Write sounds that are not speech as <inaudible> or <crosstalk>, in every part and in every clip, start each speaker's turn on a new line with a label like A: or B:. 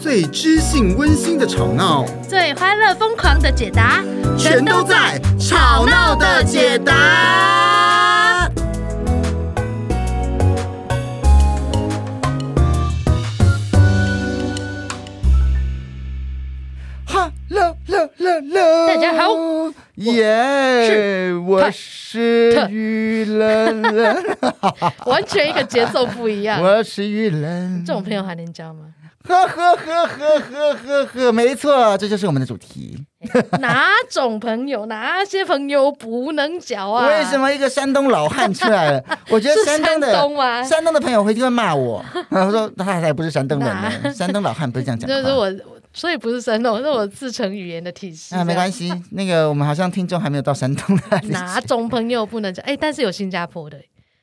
A: 最知性温馨的吵闹，
B: 最欢乐疯狂的解答，
A: 全都在《吵闹的解答》。哈喽喽喽喽！
B: 大家好，
A: 耶！我
B: 特
A: 是
B: 特
A: 雨人
B: <laughs>
A: 人，
B: 完全一个节奏不一
A: <laughs>
B: 样。
A: 我是雨人。
B: 这种朋友还能交吗？
A: 呵呵呵呵呵呵呵，没错，这就是我们的主题。
B: 哪种朋友，哪些朋友不能交啊？
A: 为什？么一个山东老汉出来
B: <laughs>
A: 了？我觉得
B: 是
A: 山东的
B: 山东吗
A: 东的朋友会就会骂
B: <laughs>
A: 我，然后说他才不是山东人呢，
B: 哪
A: 山东老汉不是这样讲
B: 这是
A: 话。啊
B: 我，我所以不是神农，是我自成语言的体系。
A: 啊，没关
B: 系。
A: 系，那个我们好像听众还没有到山东那里去。
B: 哪种朋友不能交？哎，但是有新加坡的，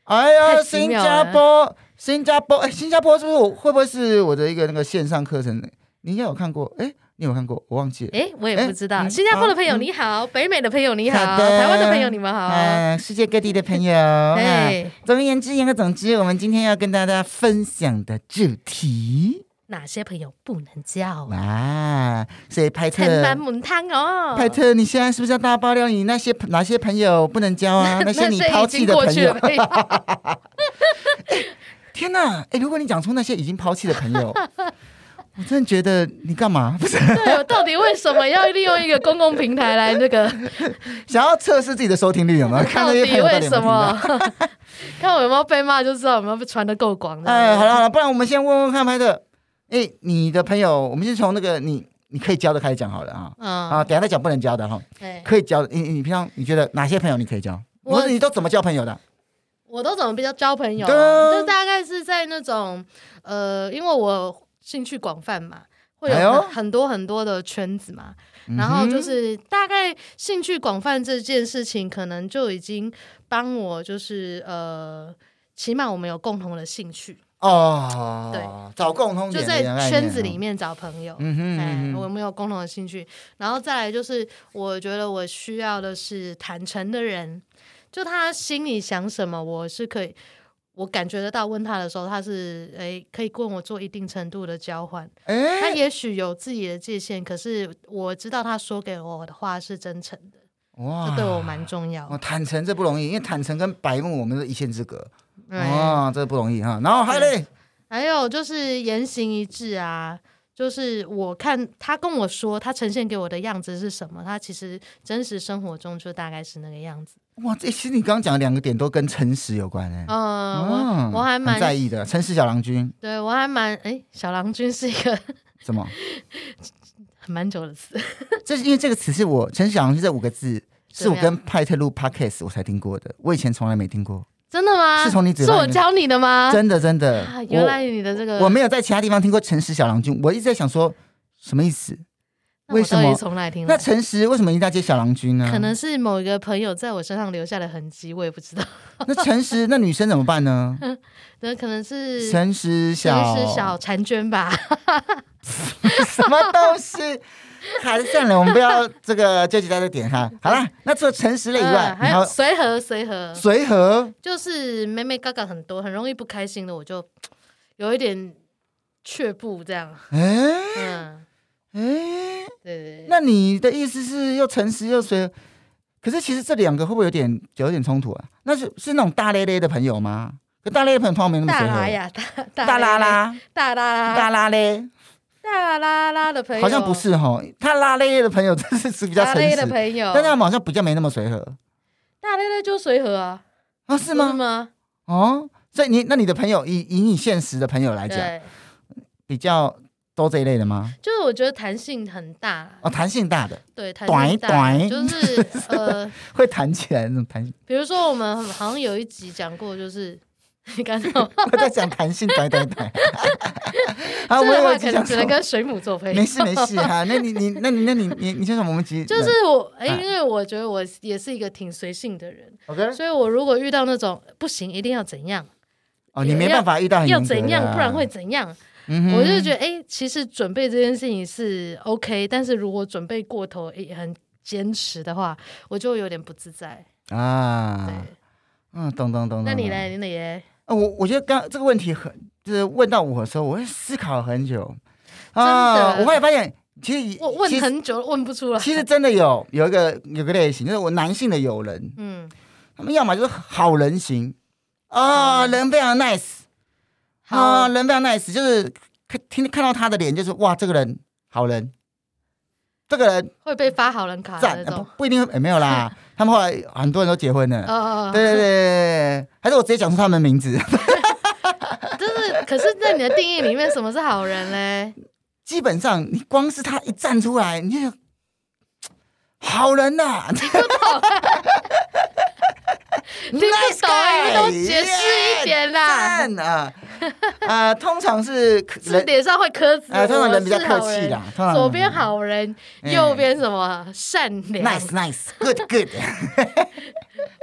A: 哎呀，
B: 太
A: 新
B: 奇妙
A: 加坡，新加坡，哎，新加坡是不是我会不会是我的一个那个线上课程？你应该有看过，哎，你有看过？我忘记了。
B: 哎，我也
A: 哎
B: 不知道。
A: 嗯
B: 新加坡的朋
A: 好
B: 友
A: 嗯
B: 你好，北美的朋友你好，
A: 好的
B: 台湾的朋友你们好。
A: 嗯，世界各地的朋友，啊
B: 哎，
A: 总而言之，言而总之，我们今天要跟大家分享的主题，
B: 哪些朋友不能交？
A: 嗯哇，啊所以派特，
B: 很满母汤哦。
A: 派特，你现在是不是要大爆料你那些哪些朋友不能交
B: <laughs>
A: 啊？那些你抛弃的
B: 那
A: 朋
B: 些已经
A: 友
B: 过去的，朋友，
A: 天哪！哎，如果你讲出那些已经抛弃的朋
B: <laughs>
A: 友，我真的觉得你干嘛？不是
B: 对，我到底为什么要利用一个公共平台来那个？
A: 想要测试自己的收听率有没有？ <laughs>
B: <laughs>
A: 看
B: 到
A: 那
B: 底
A: 些朋友到
B: 为
A: 底有没有
B: 什
A: 听到
B: 么？？ <laughs> 看我有没有被骂就知道有没有被传的够广的。
A: 哎，好了好了，不然我们先问问看派特，哎，你的朋友，我们先从那个你你可以交的开始讲好了啊。啊，
B: 嗯，
A: 等一下再讲不能交的哈，
B: 对，
A: 可以交的。你你你平常你觉得哪些朋友你可以交？
B: 我
A: 或者你都怎么交朋友的？
B: 我都怎么比较交朋友啊？
A: 对啊
B: 就大概是在那种呃，因为我兴趣广泛嘛。会
A: 哎呦嗯
B: 有很多很多的圈子嘛，然后就是大概兴趣广泛这件事情，可能就已经帮我就是呃，起码我们有共同的兴趣，
A: 哦，
B: 对，
A: 找共同
B: 就
A: 点
B: 在
A: 的概念啊
B: 圈子里。面找朋友。
A: 嗯哼
B: 哎
A: 嗯，
B: 我
A: 哼，
B: 们有共同的兴趣，然后再来就是，我觉得我需要的是坦诚的人，就他心里想什么，我是可以，我感觉得到。问他的时候，他是诶、可以跟我做一定程度的交换。他
A: 哎，
B: 也许有自己的界限，可是我知道他说给我的话是真诚的，
A: 哇
B: 这对我蛮重要
A: 哦，。坦诚这不容易，因为坦诚跟白目我们是一线之隔
B: 对，
A: 哦，这不容易哈。然后还有嘞，
B: 还有就是言行一致啊。就是我看他跟我说，他呈现给我的样子是什么？他其实真实生活中就大概是那个样子。
A: 哇，这其实你刚刚讲的两个点都跟诚实有关哎。
B: 嗯，
A: 哦
B: 我我还
A: 很
B: 蛮
A: 在意的，诚实小郎君
B: 对我还蛮哎，小郎君是一个 <laughs>
A: 怎么？
B: 很蛮久的词， <laughs>
A: 这是因为这个词是我陈小阳这五个字，是
B: 怎
A: 我
B: 么样
A: 跟派特录 podcast 我才听过的，我以前从来没听过，
B: 真的吗？
A: 是从你嘴
B: 是
A: 巴里
B: 我
A: 面
B: 教你的吗？
A: 真的真的
B: 啊，。原来
A: 我
B: 你的这个
A: 我没有在其他地方听过诚实小郎君，我一直在想说什么意思？
B: 那我
A: 为什
B: 到底
A: 么
B: 从哪里听
A: 那嗯
B: 来？
A: 诚实为什么一定要接小郎君呢？
B: 可能是某一个朋友在我身上留下的痕迹，我也不知道。
A: <laughs> 那诚实那女生怎么办呢？
B: 那可能 <laughs> 是
A: 诚实小
B: 可能是小婵娟吧？
A: <laughs> 什么东西？ <laughs> 还是算了，我们不要这个纠结在这点哈。好啦，那除了诚实类以外
B: 嗯，
A: 你
B: 还
A: 还
B: 有
A: 有
B: 随和随和，
A: 随和
B: 就是妹妹嘎嘎很多，很容易不开心的，我就有一点却步这样。
A: 哎
B: 嗯，
A: 哎。
B: 对对对，
A: 那你的意思是又诚实又随和，可是其实这两个会不会有点有点冲突啊？那是是那种大咧咧的朋友吗？可大咧咧的朋友通常没那么
B: 大
A: 随
B: 拉
A: 和。
B: 呀，大
A: 大拉啦，
B: 大啊拉拉
A: 大拉咧，
B: 大拉拉的朋友，
A: 好像不是哈。他拉咧咧的朋友，真是是比较
B: 大
A: 诚
B: 类的
A: 实，
B: 朋友，
A: 但他们好像比较没那么随和
B: 大类的就随和啊，
A: 啊？是
B: 不
A: 吗？
B: 吗？
A: 哦，所以你那你的朋友以以你现实的朋友来讲，
B: 对，
A: 比较都这一类的吗？
B: 就是我觉得弹性很大，
A: 哦，弹性大的，
B: 对，弹性大，
A: 短短
B: 就是
A: <laughs>
B: 呃，
A: 会弹起来那种弹。
B: 比如说我们好像有一集讲过，就是。 <laughs> 你看到吗
A: 我在讲弹性，短短 <laughs> 短。啊，
B: 这
A: 我
B: 个
A: 有
B: 话
A: 一
B: 可
A: 集
B: 能
A: 讲
B: 只
A: 说
B: 能跟水母做朋友
A: 没。事没事哈、那你你那你那你你你说什么？我们急
B: 就是我，哎，
A: 哎
B: 因为我觉得我也是一个挺随性的人，
A: OK
B: 所以我如果遇到那种不行，一定要怎样，
A: 哦，你没办法遇到很
B: 要
A: 严格的
B: 怎样，不然会怎样，
A: 嗯哼
B: 我就觉得，哎，其实准备这件事情是 OK，但是如果准备过头，也很坚持的话，我就有点不自在。对，
A: 啊，嗯，懂懂懂。
B: 那
A: 懂
B: 你？
A: 懂
B: 嘞？你嘞？
A: 呃啊我我觉得刚这个问题很就是问到我的时候，我会思考很久。啊、
B: 真的
A: 我后来发现，其实
B: 我问
A: 其实
B: 很久问不出来。
A: 其实真的有有一个有个类型，就是我男性的友人，
B: 嗯，
A: 他们要么就是好人型啊、
B: 嗯
A: 人非常 nice
B: 好，
A: 啊、人非常 nice，就是看听看到他的脸就是哇，这个人好人，这个人
B: 会被发好人卡的
A: 赞、
B: 那
A: 呃不
B: 种。
A: 不一定也、没有啦，
B: <laughs>
A: 他们后来很多人都结婚了。
B: 呃，
A: 对对对对对，对还是我直接讲出他们的名字。
B: 就是，可是，在你的定义里面，什么是好人嘞？
A: 基本上，你光是他一站出来，你就想好人呐、
B: 你听不
A: Nice
B: 懂，
A: guy，
B: 你都解释一点啦。
A: 赞啊！啊，通常是可
B: 字
A: 人
B: 典上会苛责，
A: 啊，通常人比较
B: 我是
A: 客
B: 好
A: 气
B: 人
A: 啦，通常
B: 左边好人，
A: 嗯
B: 右边什么善良
A: ，nice nice good
B: <laughs>
A: good，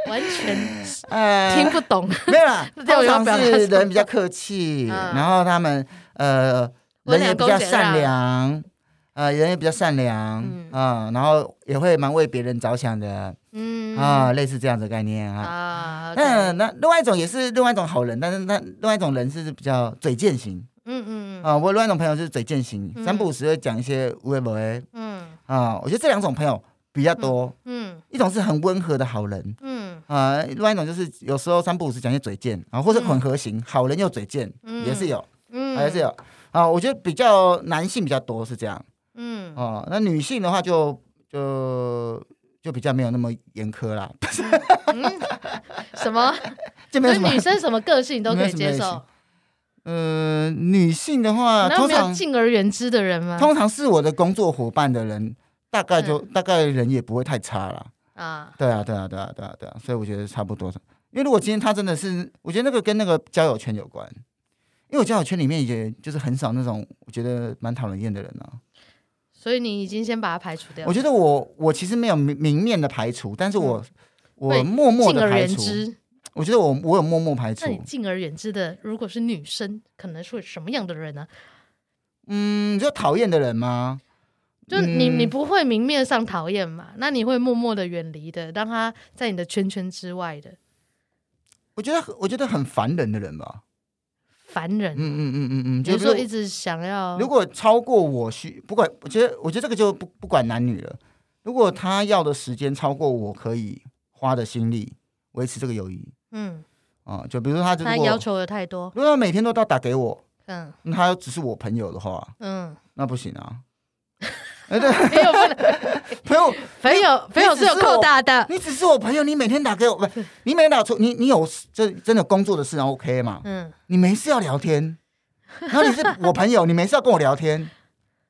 B: 完全
A: 呃，
B: 听不懂。
A: 没有啦，
B: <laughs> 这
A: 通
B: 样我要
A: 常
B: 表达
A: 是
B: 什么
A: 人比较客气，
B: 嗯
A: 然后他们呃
B: 温
A: 人
B: 良
A: 也比
B: 恭
A: 较
B: 俭
A: 善
B: 让
A: 良，呃，人也比较善良
B: 嗯，
A: 啊，然后也会蛮为别人着想的
B: 嗯
A: 啊，类似这样的概念啊。
B: 啊，OK
A: 那那另外一种也是另外一种好人，但是那另外一种人是比较嘴贱型
B: 嗯嗯嗯
A: 啊。我另外一种朋友就是嘴贱型，
B: 嗯
A: 三不五时会讲一些无为不为
B: 嗯
A: 啊。我觉得这两种朋友比较多，
B: 嗯
A: 一种是很温和的好人
B: 嗯
A: 啊，另外一种就是有时候三不五时讲一些嘴贱啊，或是混合型，好人又嘴贱
B: 嗯
A: 也是有，
B: 嗯，
A: 还是有啊。我觉得比较男性比较多是这样
B: 嗯，
A: 哦，那女性的话就就。就比较没有那么严苛啦， <laughs>
B: 嗯什么？
A: 就 <laughs> 没有
B: 就是
A: 什么
B: 女生什么个性你都可以接
A: 没有什么
B: 受，
A: 呃，女性的话，
B: 那
A: 通
B: 没有
A: 常
B: 敬而远之的人吗？
A: 通常是我的工作伙伴的人，大概就、
B: 嗯
A: 大概人也不会太差啦。
B: 啊，
A: 对啊，对啊，对啊，对啊，对啊，所以我觉得差不多。因为如果今天他真的是，我觉得那个跟那个交友圈有关，因为我交友圈里面也就是很少那种我觉得蛮讨人厌的人啊。
B: 所以你已经先把它排除掉了。
A: 我觉得我我其实没有明明面的排除，但是我、
B: 嗯
A: 我
B: 会
A: 默默
B: 敬
A: 的
B: 而
A: 排
B: 远
A: 除。
B: 之，
A: 我觉得我我有默默排
B: 那你
A: 除。
B: 敬而远之的，如果是女生，可能是什么样的人呢、
A: 嗯，你说讨厌的人吗？
B: 就你、你
A: 嗯
B: 不会明面上讨厌嘛？那你会默默的远离的，让他在你的圈圈之外的
A: 我觉得我觉得很烦人的人吧。
B: 烦人。
A: 嗯嗯嗯嗯嗯，就
B: 比如
A: 是
B: 说一直想要，
A: 如果超过我需不管，我觉得我觉得这个就不不管男女了。如果他要的时间超过我可以花的心力维持这个友谊
B: 嗯，
A: 啊、就比如说他如
B: 他
A: 果
B: 要求的太多，
A: 如果他每天都要打给我，
B: 嗯
A: 那他只是我朋友的话，
B: 嗯，
A: 那不行啊。哎，对，
B: 朋友不能，
A: 朋友，
B: 朋友朋友是有扣大的，
A: 你只是我朋友，你每天打给我，不是，你每天打出你你有这真的工作的事，然后 OK 嘛？
B: 嗯
A: 你没事要聊天，然后你
B: <laughs>
A: 是我朋友，你没事要跟我聊天，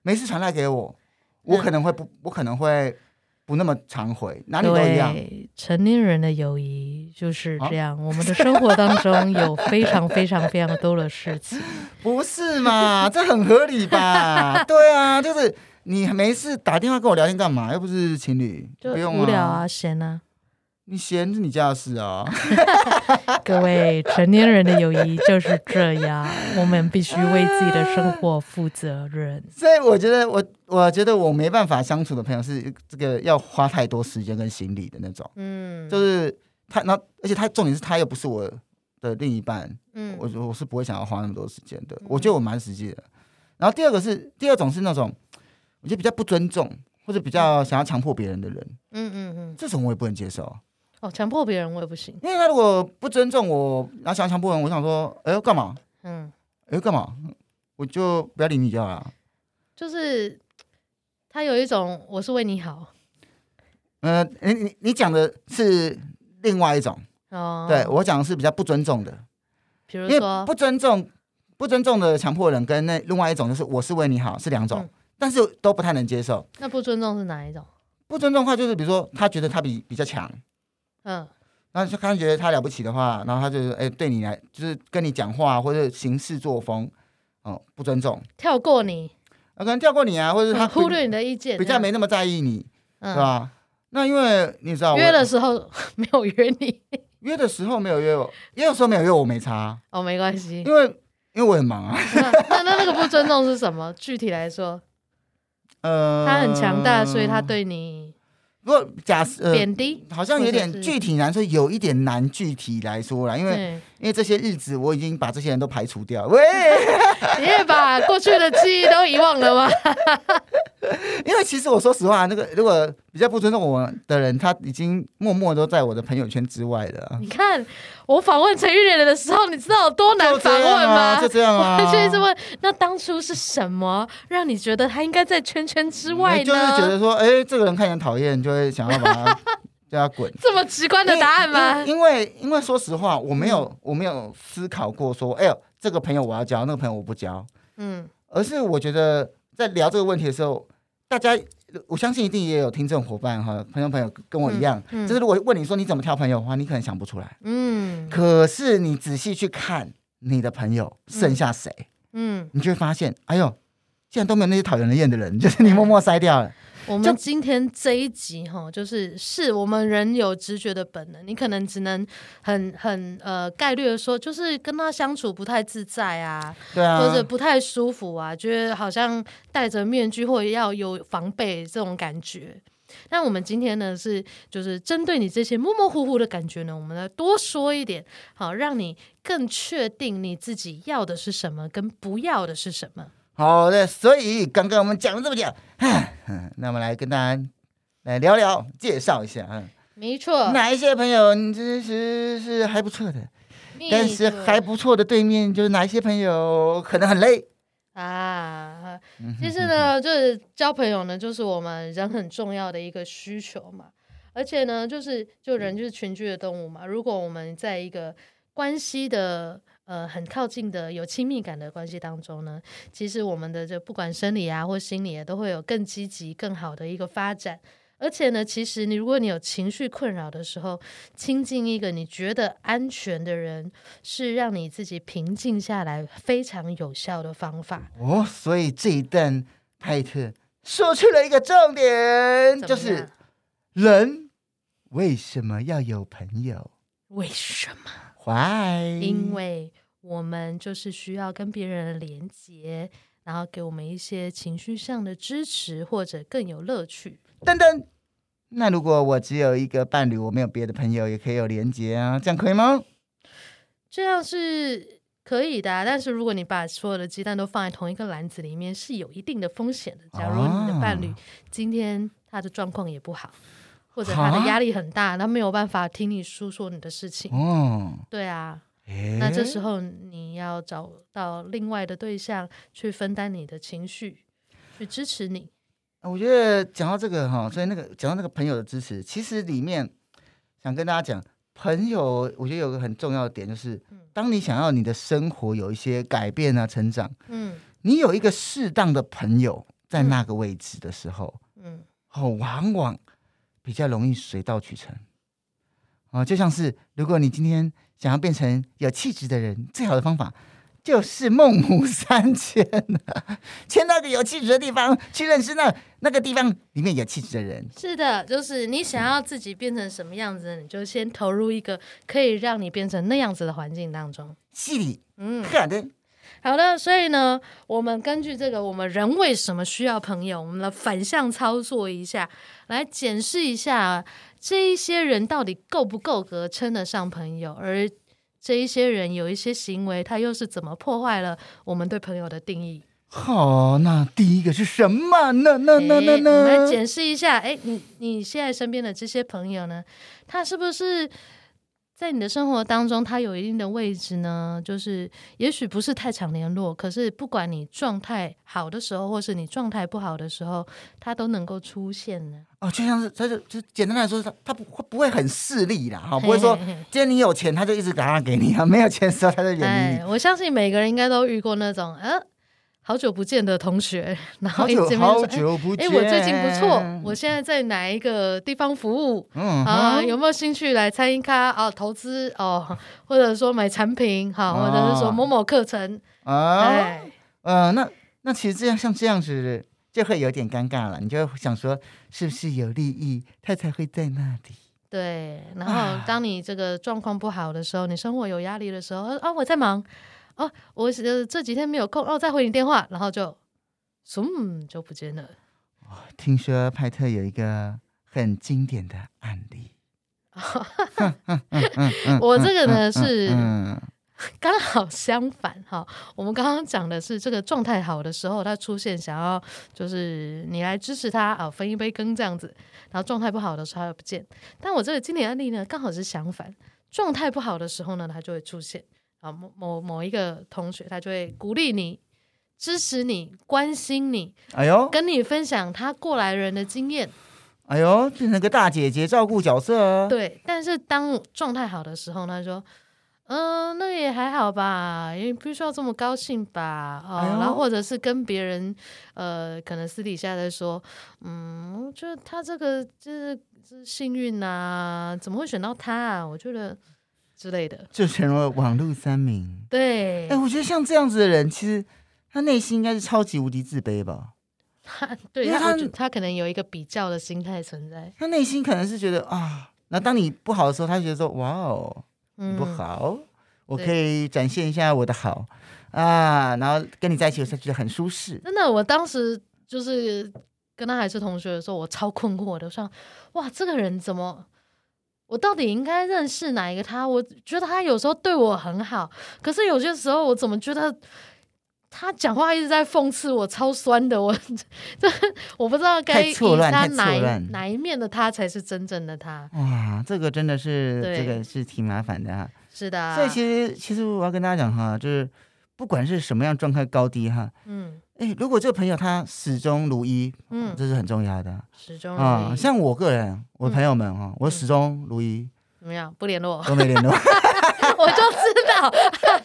A: 没事传来给我，
B: 嗯
A: 我可能会不，我可能会不那么常回，哪里都一样。
B: 对，成年人的友谊就是这样。我们的生活当中有非常非常非常多的事情。
A: 不是嘛？ <laughs> 这很合理
B: <laughs>
A: 吧？对啊，就是你没事打电话跟我聊天干嘛？又不是情侣，
B: 就
A: 不用
B: 无聊。啊，闲啊。
A: 你闲是你家的事啊。 <laughs>
B: 各位成年人的友谊就是这样，我们必须为自己的生活负责任。
A: 所以我觉得我，我觉得我没办法相处的朋友是这个要花太多时间跟心力的那种，
B: 嗯，
A: 就是他，然后而且他重点是他又不是我的另一半，
B: 嗯
A: 我我是不会想要花那么多时间的，我觉得我蛮实际的。然后第二个是第二种是那种我觉得比较不尊重或者比较想要强迫别人的人，
B: 嗯嗯嗯，
A: 这种我也不能接受，
B: 哦，强迫别人我也不行。
A: 因为他如果不尊重我，然后想要强迫人，我想说，哎呦干嘛？
B: 嗯，
A: 哎呦干嘛？我就不要理你就好了。
B: 就是他有一种我是为你好
A: 呃，你你你讲的是另外一种，
B: 哦，
A: 对，我讲的是比较不尊重的，
B: 比
A: 因
B: 如
A: 为
B: 说
A: 不尊重不尊重的强迫人跟那另外一种就是我是为你好是两种
B: 嗯，
A: 但是都不太能接受。
B: 那不尊重是哪一种？
A: 不尊重的话，就是比如说他觉得他比比较强，
B: 嗯
A: 然后就他觉得他了不起的话，然后他就是哎、对你来就是跟你讲话或者行事作风，哦、不尊重，
B: 跳过你，
A: 那可能跳过你啊，或者是他
B: 嗯忽
A: 比
B: 略你的意见，
A: 比
B: 这
A: 较
B: 样
A: 没那么在意你，对
B: 嗯。
A: 吧？那因为你知道我
B: 约的时候 <laughs> 没有约你
A: 约的时候没有约我，也有时候没有约我没差，啊
B: 哦，没关系。 <laughs>
A: 因为因为我很忙啊，
B: 那那那个不尊重是什么？具体来说，
A: 呃，
B: 他很强大，所以他对你
A: 如果假设、呃、
B: 贬低，
A: 好像有
B: 或
A: 点
B: 者是
A: 具体难说，有一点难具体来说啦，因为
B: 对，
A: 因为这些日子我已经把这些人都排除掉了，喂，
B: 你也把过去的记忆都遗忘了吗？ <laughs>
A: 因为其实我说实话，那个如果比较不尊重我的人，他已经默默都在我的朋友圈之外了啊。
B: 你看我访问陈玉莲的时候，你知道有多难
A: 就
B: 访
A: 这
B: 问
A: 样啊，
B: 吗？
A: 就这样啊，
B: <laughs> 我就一直问，那当初是什么让你觉得他应该在圈圈之外呢？
A: 就是觉得说，哎、这个人看起来很讨厌，就会想要把他叫他滚。
B: 这么直观的答案吗？
A: 因为因为因为说实话，我没有、我没
B: 嗯
A: 有思考过说，哎呦，这个朋友我要交，那个朋友我不交，
B: 嗯，
A: 而是我觉得在聊这个问题的时候，大家我相信一定也有听众伙伴哈，朋友朋友跟我一样，
B: 嗯嗯
A: 就是如果问你说你怎么挑朋友的话，你可能想不出来，
B: 嗯
A: 可是你仔细去看你的朋友剩下谁，
B: 嗯，
A: 你就会发现，哎呦。竟然都没有那些讨人厌的人， <laughs> 就是你默默筛掉了。
B: 我们今天这一集哈，就是是我们人有直觉的本能，你可能只能很很呃概率的说，就是跟他相处不太自在啊，
A: 对啊，
B: 或者不太舒服啊，觉得好像戴着面具或者要有防备这种感觉。那我们今天呢是就是针对你这些模模糊糊的感觉呢，我们来多说一点，好让你更确定你自己要的是什么跟不要的是什么。
A: 好的，所以刚刚我们讲了这么久，唉嗯，那我们来跟大家来聊聊，介绍一下，嗯，
B: 没错，
A: 哪一些朋友你其实是还不错的，
B: 没
A: 但是
B: 错
A: 还不错的对面就是哪一些朋友可能很累，
B: 啊，其实呢，就是交朋友呢，就是我们人很重要的一个需求嘛。而且呢，就是就人就是群居的动物嘛。如果我们在一个关系的呃很靠近的有亲密感的关系当中呢，其实我们的这不管生理啊或心理啊，都会有更积极、更好的一个发展。而且呢，其实你如果你有情绪困扰的时候，亲近一个你觉得安全的人，是让你自己平静下来非常有效的方法。
A: 哦，所以这一段派特说出了一个重点，
B: 怎
A: 嗯
B: 么
A: 就是
B: 样
A: 人为什么要有朋友
B: 为什么？
A: ？Why？
B: 因为我们就是需要跟别人的连接，然后给我们一些情绪上的支持，或者更有乐趣。
A: 等等。那如果我只有一个伴侣，我没有别的朋友，也可以有连结啊，这样可以吗？
B: 这样是可以的啊、但是如果你把所有的鸡蛋都放在同一个篮子里面，是有一定的风险的。假如你的伴侣
A: 啊
B: 今天他的状况也不好，或者他的
A: 哈
B: 压力很大，他没有办法听你诉说你的事情，
A: 哦，
B: 对啊，
A: 诶
B: 那这时候你要找到另外的对象去分担你的情绪，去支持你。
A: 啊我觉得讲到这个哈，所以那个讲到那个朋友的支持，其实里面想跟大家讲，朋友，我觉得有个很重要的点就是，
B: 嗯
A: 当你想要你的生活有一些改变啊、成长，
B: 嗯
A: 你有一个适当的朋友在那个位置的时候，
B: 嗯
A: 哦，往往比较容易水到渠成。哦，就像是如果你今天想要变成有气质的人，最好的方法就是孟母三迁、迁到一个有气质的地方去认识那那个地方里面有气质的人。
B: 是的，就是你想要自己变成什么样子，你就先投入一个可以让你变成那样子的环境当中。
A: 戏里
B: 嗯，
A: 赫尔登，
B: 好的，所以呢，我们根据这个，我们人为什么需要朋友，我们来反向操作一下，来检视一下这一些人到底够不够格称得上朋友，而这一些人有一些行为，他又是怎么破坏了我们对朋友的定义？
A: 好、那第一个是什么呢？那那
B: 诶
A: 那
B: 我们来
A: 那，
B: 检视一下，哎，你你现在身边的这些朋友呢，他是不是在你的生活当中，他有一定的位置呢？就是也许不是太常联络，可是不管你状态好的时候，或是你状态不好的时候，他都能够出现呢。
A: 哦，就像是他就就简单来说，他他不会不会很势利啦，啊哈、不会说
B: 嘿
A: <laughs>
B: 嘿嘿
A: 今天你有钱他就一直打电话给你啊，没有钱的时候他就远离你
B: 哎，。我相信每个人应该都遇过那种，呃，好久不见的同学，然后
A: 好
B: 一
A: 久
B: 见面就
A: 好
B: 说，哎
A: 久不
B: 哎、
A: 见，
B: 我最近不错，我现在在哪一个地方服务？
A: 嗯
B: 啊、
A: 哼
B: 有没有兴趣来参与咖啊？投资哦， <laughs> 或者说买产品哈，或者是说
A: 啊
B: 某某课程，
A: 啊，
B: 哎、
A: 呃，那那其实这样像这样子就会有点尴尬了，你就会想说是不是有利益他才会在那里？
B: 对。然
A: 啊
B: 后当你这个状况不好的时候，你生活有压力的时候，啊，我在忙，哦、我呃这几天没有空，哦，再回你电话，然后就，嗯，就不见了。
A: 听说派特有一个很经典的案例。
B: 我这个呢是
A: 嗯，
B: 刚好相反哈， <laughs> 我们刚刚讲的是这个状态好的时候，他出现想要就是你来支持他啊，分一杯羹这样子。然后状态不好的时候他又不见，但我这个经典案例呢，刚好是相反，状态不好的时候呢，他就会出现啊，某某某一个同学他就会鼓励你、支持你、关心你，
A: 哎呦，
B: 跟你分享他过来人的经验。
A: 哎呦，变成个大姐姐照顾角色啊。
B: 对，但是当状态好的时候，他说：“嗯、那也还好吧，也不需要这么高兴吧。”哦，
A: 哎呦
B: 然后或者是跟别人，呃，可能私底下在说：“嗯，我觉得他这个就是就是幸运呐、怎么会选到他、啊？我觉得之类的。
A: 就成为网络三名”。
B: 对
A: 哎、，我觉得像这样子的人，其实他内心应该是超级无敌自卑吧。
B: 他对
A: 因为
B: 他我
A: 他
B: 觉他可能有一个比较的心态存在，
A: 他内心可能是觉得啊，那当你不好的时候，他就觉得说哇哦，你
B: 嗯，
A: 不好，我
B: 对
A: 可以展现一下我的好啊，然后跟你在一起，我才觉得很舒适。
B: 真的，我当时就是跟他还是同学的时候，我超困惑的，我想，哇，这个人怎么？我到底应该认识哪一个他？我觉得他有时候对我很好，可是有些时候我怎么觉得他讲话一直在讽刺我，超酸的。我 <laughs> 这我不知道该
A: 太
B: 以
A: 错乱太
B: 他
A: 错
B: 哪一
A: 乱
B: 哪一面的他才是真正的他。
A: 哇，这个真的是
B: 对
A: 这个是挺麻烦的哈。
B: 是的啊，
A: 所以其实其实我要跟大家讲哈，就是不管是什么样状态高低哈，
B: 嗯
A: 哎，如果这个朋友他始终如一，
B: 嗯，
A: 这是很重要的啊
B: 始终
A: 啊、
B: 如一嗯
A: 像我个人，我朋友们哈、我始终如一
B: 怎么样？不联络， <laughs>
A: 都没联络。 <laughs>
B: 我就知道。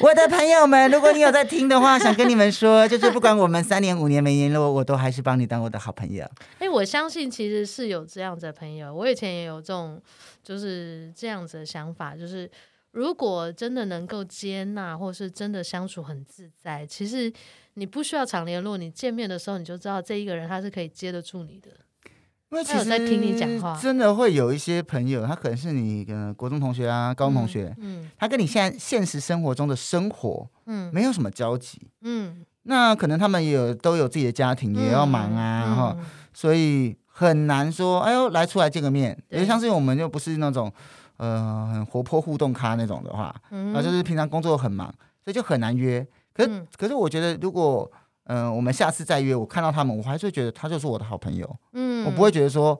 A: 我的朋友们，如果你有在听的话，想跟你们说，就是不管我们三年五年没联络，我都还是帮你当我的好朋友。
B: 哎、我相信其实是有这样子的朋友，我以前也有这种，就是这样子的想法，就是如果真的能够接纳，或是真的相处很自在，其实你不需要常联络，你见面的时候你就知道这一个人他是可以接得住你的。
A: 因为其
B: 他有
A: 实
B: 在听你讲话
A: 真的会有一些朋友，他可能是你呃国中同学啊、高中同学，
B: 嗯
A: 他跟你现在现实生活中的生活
B: 嗯
A: 没有什么交集。
B: 嗯，
A: 那可能他们也有都有自己的家庭，也要忙啊，
B: 嗯
A: 然后、所以很难说，哎呦，来出来见个面。
B: 对
A: 也像是我们又不是那种呃很活泼互动咖那种的话，然
B: 嗯，嗯
A: 后啊就是平常工作很忙，所以就很难约。可是、
B: 嗯
A: 可是我觉得，如果嗯、呃我们下次再约，我看到他们，我还是会觉得他就是我的好朋友，
B: 嗯，
A: 我不会觉得说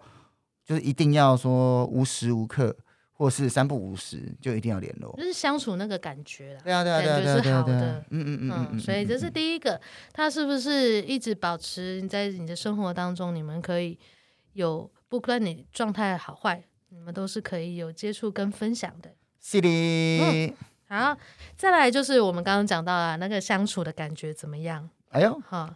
A: 就是一定要说无时无刻或是三不五时就一定要联络。
B: 就是相处那个感觉啦。
A: 对啊对啊对啊
B: 感
A: 对
B: 觉
A: 啊
B: 是
A: 对啊对
B: 好
A: 啊
B: 的，
A: 嗯嗯嗯嗯
B: 嗯，
A: 嗯，
B: 所以
A: 嗯
B: 这是第一个，他是不是一直保持你在你的生活当中，你们可以有不管你状态好坏，你们都是可以有接触跟分享的。
A: 是
B: 嗯
A: 的，
B: 好，再来就是我们刚刚讲到了那个相处的感觉怎么样？
A: 哎呦，
B: 哈，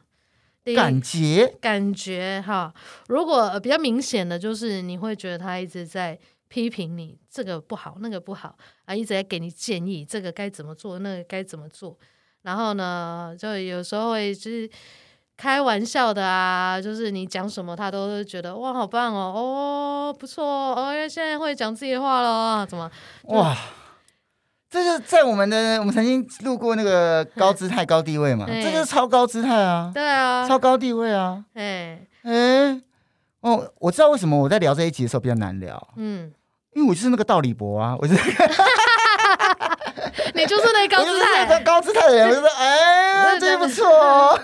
B: 第一
A: 感觉
B: 感觉哈，如果呃比较明显的就是你会觉得他一直在批评你，这个不好，那个不好啊，一直在给你建议，这个该怎么做，那个该怎么做。然后呢，就有时候会就是开玩笑的啊，就是你讲什么他都会觉得哇好棒哦，哦不错哦，哦现在会讲自己的话了啊，怎么
A: 哇。这就是在我们的，我们曾经录过那个高姿态高地位嘛，
B: <laughs> 对
A: 这就是超高姿态啊，
B: 对啊，
A: 超高地位啊。
B: 哎
A: 哎，哦，我知道为什么我在聊这一集的时候比较难聊，
B: 嗯，
A: 因为我就是那个道理博啊，我就是
B: 你就是那高
A: 我就
B: 姿
A: 是那
B: 态
A: 个，高姿态的人，我就说，
B: <laughs>
A: 哎，
B: 对对
A: 这不错哦。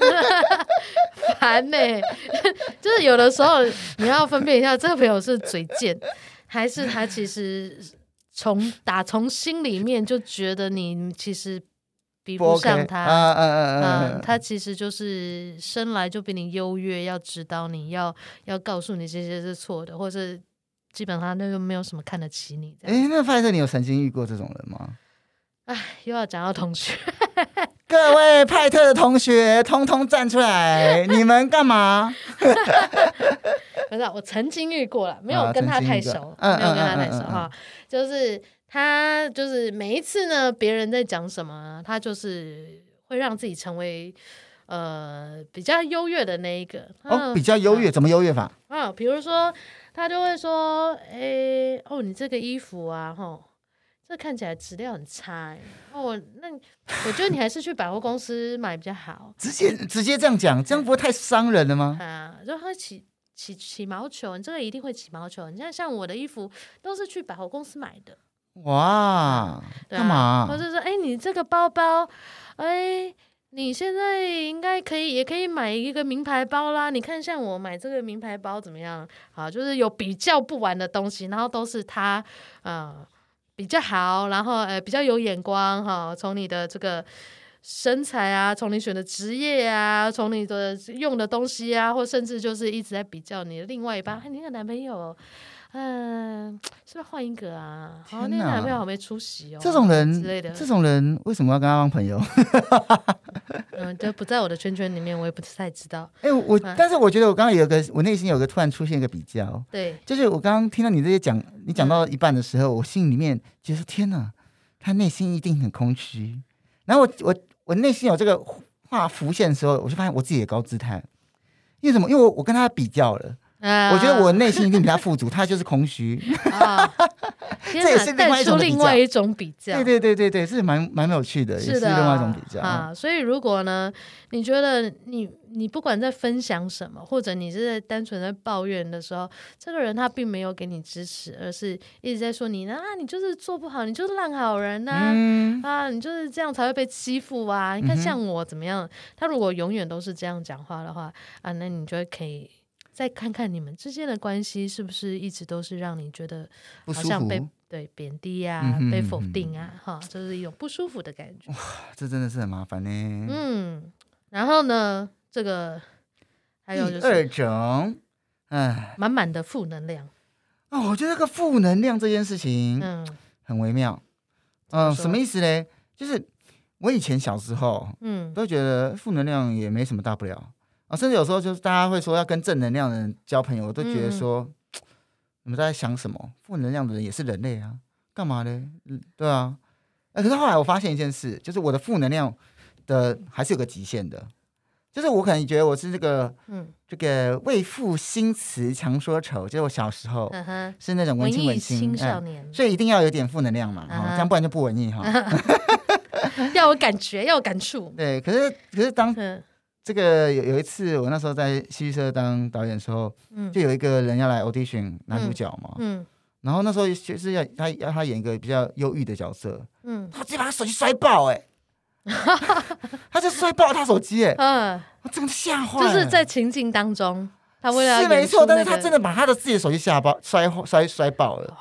B: 烦呢、 <laughs> 就是有的时候你要分辨一下，这个朋友是嘴贱，还是他其实从打从心里面就觉得你其实比不
A: OK，
B: 上
A: 啊
B: 他。
A: 啊啊
B: 嗯，
A: 啊！
B: 他其实就是生来就比你优越，要指导你，要要告诉你这些是错的，或是基本上那就没有什么看得起你这样。
A: 哎，那范特，你有曾经遇过这种人吗？
B: 又要讲到同学，
A: 各位派特的同学，通通站出来！你们干
B: <laughs>
A: 嘛？
B: 不是啊，我曾经遇过了，没有
A: 啊
B: 跟他
A: 曾经
B: 太
A: 遇过
B: 熟，
A: 嗯
B: 没有跟
A: 嗯
B: 他
A: 嗯
B: 太
A: 嗯
B: 熟
A: 嗯
B: 哈、就是他就是每一次呢，别人在讲什么，啊他就是会让自己成为呃比较优越的那一个。
A: 哦，
B: 嗯
A: 比较优越，怎么优越法？
B: 啊，比如说他就会说，诶，哦，你这个衣服啊，吼，这看起来质量很差、欸，哦，那你我觉得你还是去百货公司买比较好。
A: 直接直接这样讲，这样不会太伤人了吗？
B: 啊，就他其起起毛球，你这个一定会起毛球。你看，像我的衣服都是去百货公司买的，
A: 哇，
B: 啊对啊
A: 干嘛
B: 或？者说，哎、你这个包包，哎、你现在应该可以，也可以买一个名牌包啦。你看，像我买这个名牌包怎么样？好，就是有比较不完的东西，然后都是他，呃，比较好，然后呃，比较有眼光哈。从你的这个身材啊，从你选的职业啊，从你的用的东西啊，或甚至就是一直在比较你的另外一
A: 嗯
B: 半，哎，你那个男朋友，嗯、是不是换一个啊？好、
A: 天
B: 那个
A: 哪
B: 男朋友好没出息哦，
A: 这种
B: 之类
A: 人，
B: 的，
A: 这种人为什么要跟他当朋友？ <laughs>
B: 嗯，就不在我的圈圈里面，我也不太知道。
A: 哎、我
B: 嗯
A: 但是我觉得我刚刚有个，我内心有个突然出现一个比较，
B: 对，
A: 就是我刚刚听到你这些
B: 嗯
A: 讲，你讲到一半的时候，我心里面觉得天哪，他内心一定很空虚。然后我我我内心有这个话浮现的时候，我就发现我自己也高姿态。因为什么？因为我我跟他比较了，
B: 啊
A: 我觉得我内心一定比他富足，他就是空
B: <laughs>
A: 虚。
B: 啊，
A: <laughs>
B: 天
A: 这也
B: 哪
A: 是另
B: 带
A: 外一
B: 出
A: 种比
B: 另
A: 较
B: 外一种比较，
A: 对对对对对，是蛮蛮有趣的，也
B: 啊是
A: 是
B: 的啊，
A: 另外一种比较。
B: 啊。所以如果呢，你觉得你你不管在分享什么，或者你是在单纯在抱怨的时候，这个人他并没有给你支持，而是一直在说你呢，啊，你就是做不好，你就是烂好人呐、啊。
A: 嗯，
B: 你就是这样才会被欺负啊！你看像我怎么样？他如果永远都是这样讲话的话啊，那你就可以再看看你们之间的关系是不是一直都是让你觉得
A: 不
B: 好
A: 舒
B: 像被
A: 服，啊
B: 对贬低呀、
A: 嗯哼
B: 被
A: 嗯
B: 否
A: 哼
B: 定啊，哈，就是一种不舒服的感觉。
A: 这真的是很麻烦呢、
B: 嗯，然后呢，这个还有就
A: 第
B: 是
A: 二种，哎，
B: 满满的负能量。
A: 啊、我觉得这个负能量这件事情，
B: 嗯
A: 很微妙。
B: 怎么
A: 嗯，
B: 说
A: 什么意思呢？就是我以前小时候
B: 嗯
A: 都觉得负能量也没什么大不了啊，甚至有时候就是大家会说要跟正能量的人交朋友，我都觉
B: 嗯
A: 得说、你们都在想什么？负能量的人也是人类啊，干嘛呢？嗯对啊。呃可是后来我发现一件事，就是我的负能量的还是有个极限的，就是我可能觉得我是这个
B: 嗯
A: 这个为赋新词强说愁，就是我小时候
B: 嗯哼，
A: 是那种文
B: 文
A: 青
B: 艺
A: 文青，
B: 青
A: 哎
B: 少年、
A: 所以一定要有点负能量嘛，哈、
B: 啊哈
A: 这样不然就不文艺哈。
B: 要有嗯感觉，要有感触。
A: 对，可是可是当
B: 嗯
A: 这个有有一次，我那时候在戏剧社当导演的时候，
B: 嗯
A: 就有一个人要来 audition 男主角嘛，
B: 嗯
A: 然后那时候就是要他要他演一个比较忧郁的角色，
B: 嗯
A: 他直接把他手机摔爆、
B: <laughs>
A: 欸，哎，他就摔爆他手机、欸，哎，
B: 嗯，
A: 我真的吓坏
B: 就
A: 了。
B: 是在情境当中，他为了
A: 是没错，但是他真
B: 的
A: 的把他的自己的手机吓爆，摔摔摔爆了。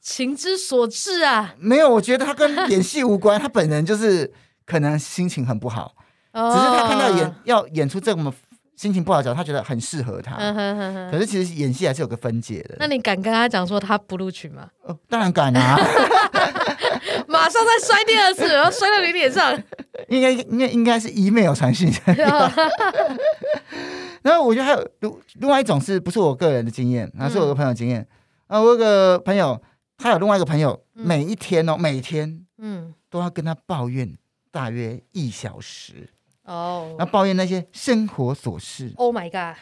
B: 情之所至啊，
A: 没有，我觉得他跟演戏无关，他本人就是可能心情很不好。
B: 只
A: 只是他看到
B: 哦
A: 演，要演出这么心情不好的角色，他觉得很适合
B: 嗯
A: 他。
B: 哼哼哼。
A: 可是其实演戏还是有个分界
B: 那
A: 的，
B: 你敢跟他讲说他不录取吗？ <laughs>
A: 哦、当然敢啊， <laughs>
B: 马上再摔第二次，然后摔到你脸
A: <laughs>
B: 上。
A: 应该应该应该是 email 传讯。 <laughs> 啊然后我觉得还有另另外一种是不是我个人的经验，而是我的朋友的经验。啊，我有个朋友，他有另外一个朋友，
B: 嗯
A: 每一天哦，每天
B: <laughs> 嗯，
A: 都要跟他抱怨大约一小时，
B: 哦
A: 然后抱怨那些生活琐事，
B: ，Oh my god，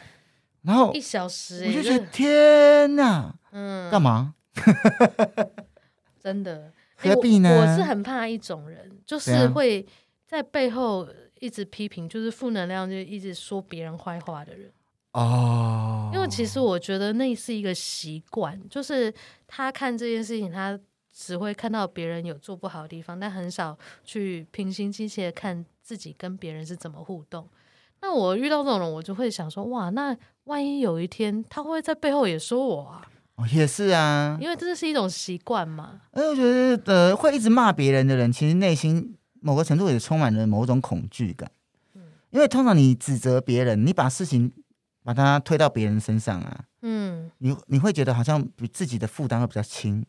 A: 然后
B: 一小时
A: 哦我
B: 哎，
A: 就
B: 这
A: 觉得天哪，
B: 嗯，
A: 干嘛？
B: 真的，欸
A: 何必呢
B: 我？我是很怕一种人，就
A: 怎
B: 是
A: 样
B: 会在背后一直批评，就是负能量，就一直说别人坏话的人。
A: 哦，
B: 因为其实我觉得那是一个习惯，就是他看这件事情，他只会看到别人有做不好的地方，但很少去平心静气的看自己跟别人是怎么互动。那我遇到这种人，我就会想说，哇，那万一有一天他会不会在背后也说我啊？
A: 哦，也是啊，
B: 因为这是一种习惯嘛。
A: 哎，我觉得呃，会一直骂别人的人，其实内心某个程度也充满了某种恐惧感。因为通常你指责别人，你把事情把它推到别人身上啊，
B: 嗯
A: 你你会觉得好像比自己的负担会比较轻，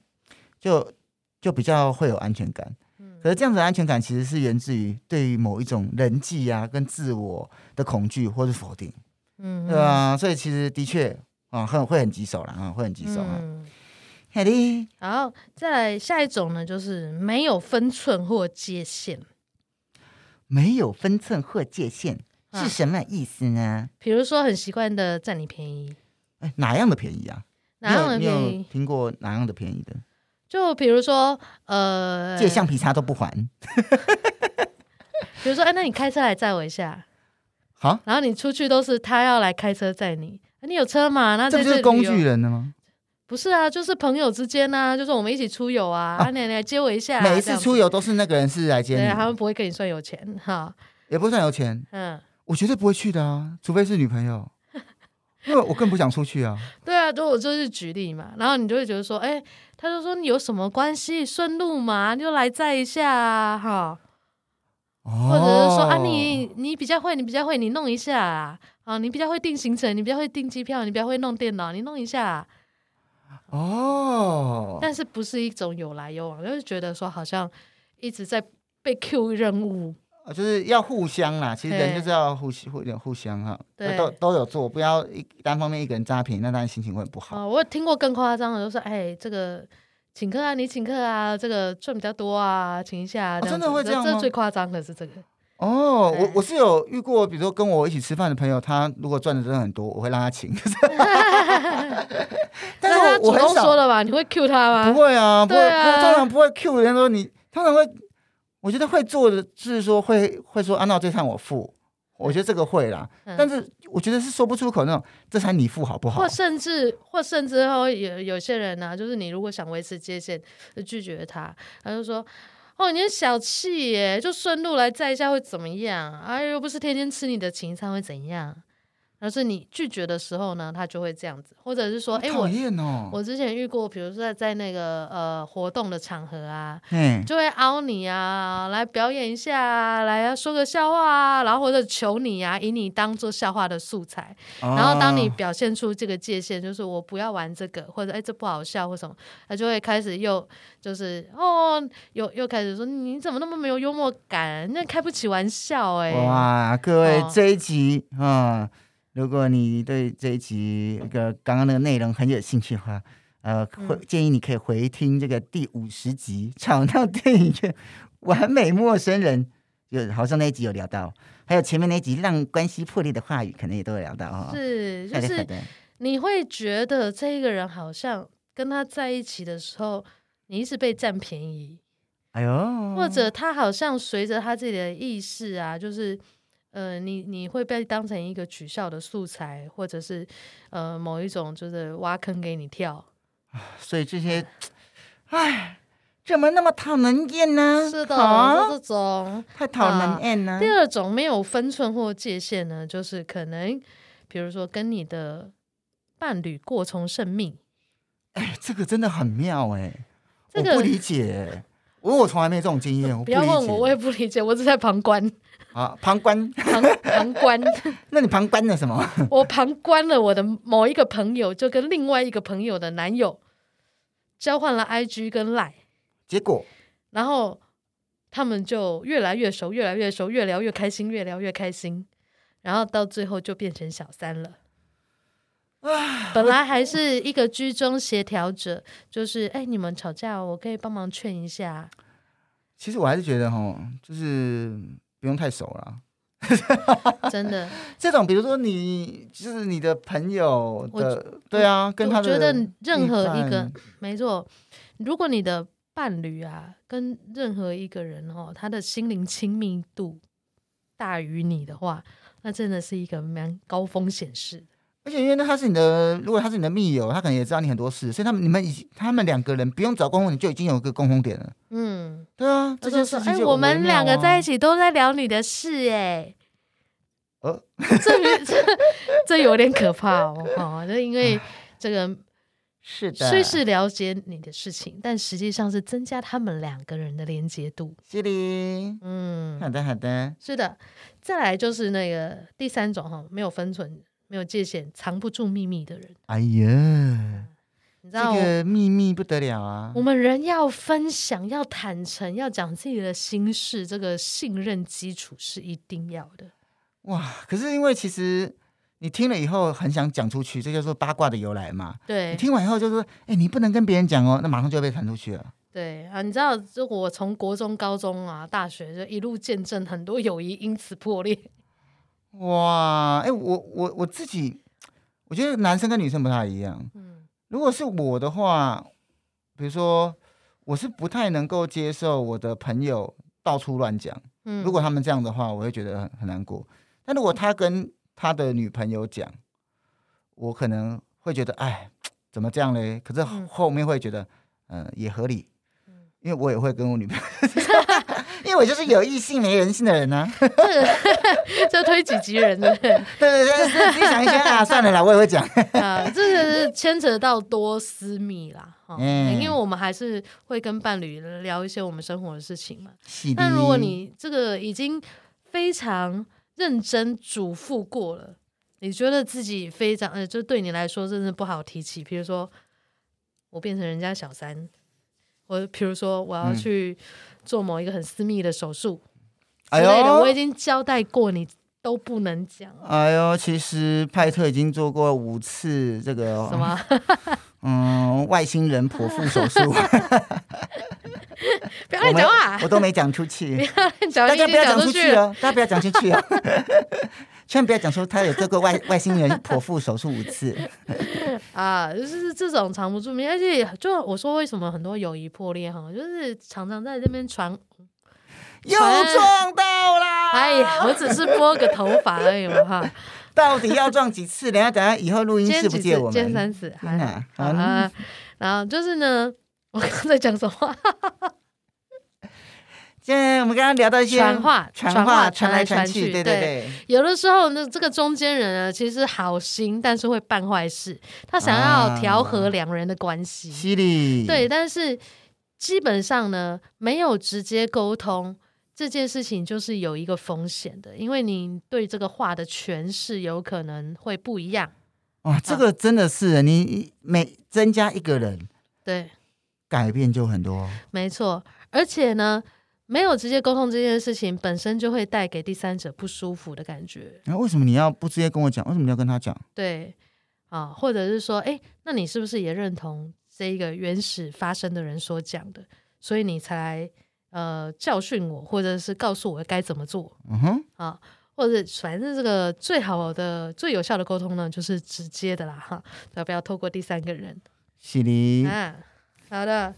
A: 就就比较会有安全感。
B: 嗯
A: 可是这样子的安全感其实是源自于对于某一种人际啊跟自我的恐惧或是否定，
B: 嗯，
A: 对啊，所以其实的确啊，很会很棘手啦，啊，会很棘手啊。
B: 嗯
A: 海丽、
B: 然后再来下一种呢，就是没有分寸或界限。
A: 没有分寸或界限
B: 啊
A: 是什么意思呢？
B: 比如说很习惯的占你便宜，
A: 哎，哪样的便宜啊？
B: 哪样的
A: 你有
B: 便
A: 你有
B: 宜？
A: 听过哪样的便宜的？
B: 就比如说，呃，
A: 借橡皮擦都不还，
B: 比如说，哎，那你开车来载我一下，
A: 好
B: 然后你出去都是他要来开车载你，啊你有车嘛？那
A: 这
B: 在
A: 不就是
B: 里
A: 工
B: 有
A: 具人了吗？
B: 不是啊，就是朋友之间啊，就是我们一起出游啊，
A: 啊
B: 啊，你来接我一下啊、
A: 每一
B: 这
A: 次
B: 样子
A: 出游都是那个人是来接
B: 对，他
A: 你，
B: 们不会跟你算有钱哈，
A: 也不算有钱，
B: 嗯，
A: 我绝对不会去的啊，除非是女朋
B: <laughs>
A: 友，因为我更不想出去啊。
B: 对啊，都我就是举例嘛，然后你就会觉得说，哎、他就说你有什么关系，顺路嘛，你就来载一下啊，哈，
A: 哦，
B: 或者是说、啊，你你比较会，你比较会，你弄一下啊，啊，你比较会订行程，你比较会订机票，你比较会弄电脑，你弄一下啊、
A: 哦，
B: 但是不是一种有来有往，就是觉得说好像一直在被 Q 任务，
A: 啊就是要互相啦，其实人
B: 对
A: 就是要互相互互相哈，
B: 对
A: 都都有做，不要一单方面一个人占便宜，那当然心情会很不好。
B: 啊、我有听过更夸张的，就是哎，这个请客啊，你请客啊，这个赚比较多啊，请一下、啊
A: 哦
B: 这样
A: 真
B: 子、
A: 的会这样吗
B: 这最夸张的是这个，
A: 哦，我
B: 对
A: 我是有遇过，比如说跟我一起吃饭的朋友，他如果赚的真的很多，我会让他
B: <laughs>
A: 请， <laughs> 但
B: 那
A: 是
B: 他
A: 我我
B: 主
A: 很
B: 动
A: 少
B: 说了吧？你会 Q 他吗？
A: 不会啊，不会，
B: 对啊
A: 不通常不会 Q 人家说你，通常会，我觉得会做的是说会会说啊，那这餐我付，我觉得这个会啦，
B: 嗯
A: 但是我觉得是说不出口那种，这餐你付好不好
B: 或？甚至或甚至后有有些人呢、啊，就是你如果想维持界限，就拒绝他，他就说。哦，你很小气耶，就顺路来载一下会怎么样？哎，又不是天天吃你的情餐会怎样？然后是你拒绝的时候呢，他就会这样子，或者是说，哎，
A: 讨
B: 我
A: 厌哦，
B: 我之前遇过，比如说在在那个呃活动的场合啊，
A: 哎，
B: 就会凹你啊，来表演一下啊，来啊说个笑话啊，然后或者求你啊，以你当做笑话的素材。然后当你
A: 啊
B: 表现出这个界限，就是我不要玩这个，或者哎这不好笑或什么，他就会开始又就是哦，又又开始说你怎么那么没有幽默感，那开不起玩笑哎、
A: 哇，各位
B: 哦
A: 这一集啊、如果你对这一集那个刚刚那个内容很有兴趣的话，呃，会
B: 嗯
A: 建议你可以回听这个第五十集《吵闹电影院》完美陌生人，有好像那一集有聊到，还有前面那一集让关系破裂的话语，可能也都有聊到哦。
B: 是就
A: 好的好
B: 是
A: 的
B: 你会觉得这个人好像跟他在一起的时候，你一直被占便宜，
A: 哎呦，
B: 或者他好像随着他自己的意识啊，就是呃，你你会被当成一个取笑的素材，或者是呃某一种就是挖坑给你跳，
A: 所以这些，哎，怎么那么讨人厌呢？
B: 是的，啊
A: 啊
B: 就这种。
A: 太讨人厌了
B: 第。二种没有分寸或界限呢，就是可能比如说跟你的伴侣过从甚密，
A: 哎，这个真的很妙哎、
B: 这个
A: 我不理解、我我从来没有这种经验，我
B: 不
A: 理解。
B: 要问我，我也不理解，我只是在旁观，
A: 啊，旁观， <laughs>
B: 旁旁观。 <laughs>
A: 那你旁观了什么？
B: 我旁观了我的某一个朋友，就跟另外一个朋友的男友交换了 IG 跟 Line，
A: 结果
B: 然后他们就越来越熟，越来越熟，越聊越开心，越聊越开心，然后到最后就变成小三
A: <sighs>
B: 了。本来还是一个居中协调者，就是哎，你们吵架，我可以帮忙劝一下。
A: 其实我还是觉得哈，就是不用太熟了。
B: 真的，
A: 这种比如说你就是你的朋友的，对啊， <laughs> 跟他
B: 我
A: 的
B: 觉得任何
A: 另
B: 一个
A: 半，
B: 没错，如果你的伴侣啊，跟任何一个人哦，他的心灵亲密度大于你的话，那真的是一个蛮高风险事。
A: 而且因为那他是你的，如果他是你的密友，他可能也知道你很多事，所以他们你们已经他们两个人不用找共同点就已经有一个共同点了。
B: 嗯，
A: 对啊，这
B: 我
A: 件
B: 就
A: 事
B: 说，
A: 情
B: 哎，
A: 就
B: 我
A: 很微
B: 们
A: 妙啊
B: 两个在一起都在聊你的事，哎，
A: 呃
B: 这明 <laughs> 这这有点可怕哦，哦，就因为这个
A: 是的，
B: 虽是了解你的事情，但实际上是增加他们两个人的连接度。
A: 是的，
B: 嗯，
A: 好的好的，
B: 是的，再来就是那个第三种哈，没有分寸、没有界限、藏不住秘密的人。
A: 哎呀，
B: 你知
A: 这
B: 道，
A: 个秘密不得了啊
B: 我！们人要分享、要坦诚、要讲自己的心事，这个信任基础是一定要的。
A: 哇，可是因为其实你听了以后很想讲出去，这就是八卦的由来嘛。你
B: 对
A: 听完以后就说，哎、你不能跟别人讲哦，那马上就要被弹出去了。
B: 对啊，你知道，就我从国中、高中啊、大学就一路见证很多友谊因此破裂。
A: 哇，哎、我我我自己，我觉得男生跟女生不太一样。
B: 嗯
A: 如果是我的话，比如说我是不太能够接受我的朋友到处乱讲，
B: <laughs> 嗯，
A: 如果他们这样的话，我会觉得很很难过。但如果他跟他的女朋友讲，我可能会觉得，哎，怎么这样嘞？可是后
B: 嗯
A: 后面会觉得，嗯、也合理，因为我也会跟我女朋友，因为我就是有异性没人性的人呢、啊。
B: 这推己及人的
A: 对对对，所以自己想一想啊，算了啦，我也会讲。
B: <laughs> 啊，这个是牵扯到多私密啦，哈、
A: 嗯
B: 因为我们还是会跟伴侣聊一些我们生活的事情嘛。
A: 是的
B: 但如果你这个已经非常认真嘱咐过了，你觉得自己非常呃，就对你来说真的不好提起，比如说我变成人家小三，我比如说我要
A: 嗯
B: 去做某一个很私密的手术之
A: 哎
B: 类的，我已
A: 呦，
B: 经交代过你都不能讲。
A: 哎呦，其实派特已经做过五次这个
B: 什么？
A: 哦嗯，外星人剖腹手术，
B: <laughs> 不要
A: 我
B: 乱
A: 没
B: 讲话！
A: 我都没讲出去，
B: 乱
A: 大
B: 讲话，
A: 家
B: 已
A: 不
B: 经
A: 要
B: 讲
A: 讲
B: 出
A: 出
B: 去
A: 去
B: 了。
A: 哦，大家不要讲出去
B: <laughs>
A: 哦，千万不要讲说他有做过外外星人剖腹手术五
B: <laughs>
A: 次，
B: 啊，就是这种藏不住名，而且就我说为什么很多友谊破裂哈，就是常常在这边传，
A: 又撞到啦！
B: <laughs> 哎呀，我只是拨个头发而已嘛
A: <laughs>
B: 哈，
A: 到底要撞几次？等一下等一下以后录音
B: 今
A: 室
B: 天
A: 不
B: 几
A: 借
B: 次
A: 我？
B: 今天
A: 们，
B: 三次，
A: 天
B: 还
A: 哪嗯
B: 好啊。然后就是呢，我刚才讲什么？
A: 现在我们刚刚聊到一些
B: 传话
A: 传
B: 传
A: 话
B: 话
A: 传
B: 传
A: 来
B: 来
A: 传
B: 传
A: 去，
B: 去
A: 对
B: 对
A: 对，
B: 有的时候呢，这个中间人呢，其实好心，但是会办坏事。他想要调和两人的关系，
A: 犀利，
B: 对，但是基本上呢，没有直接沟通这件事情，就是有一个风险的，因为你对这个话的诠释有可能会不一样。
A: 哇，这个真的是你每增加一个人，
B: 对，
A: 改变就很多。
B: 没错，而且呢，没有直接沟通这件事情本身就会带给第三者不舒服的感觉。
A: 然后为什么你要不直接跟我讲？为什么你要跟他讲？
B: 对，啊，或者是说，哎，那你是不是也认同这一个原始发生的人所讲的，所以你才来呃教训我，或者是告诉我该怎么做？
A: 嗯哼，
B: 啊，或者反正这个最好的、最有效的沟通呢，就是直接的啦哈，要不要透过第三个人？
A: 犀利，
B: 啊，好的。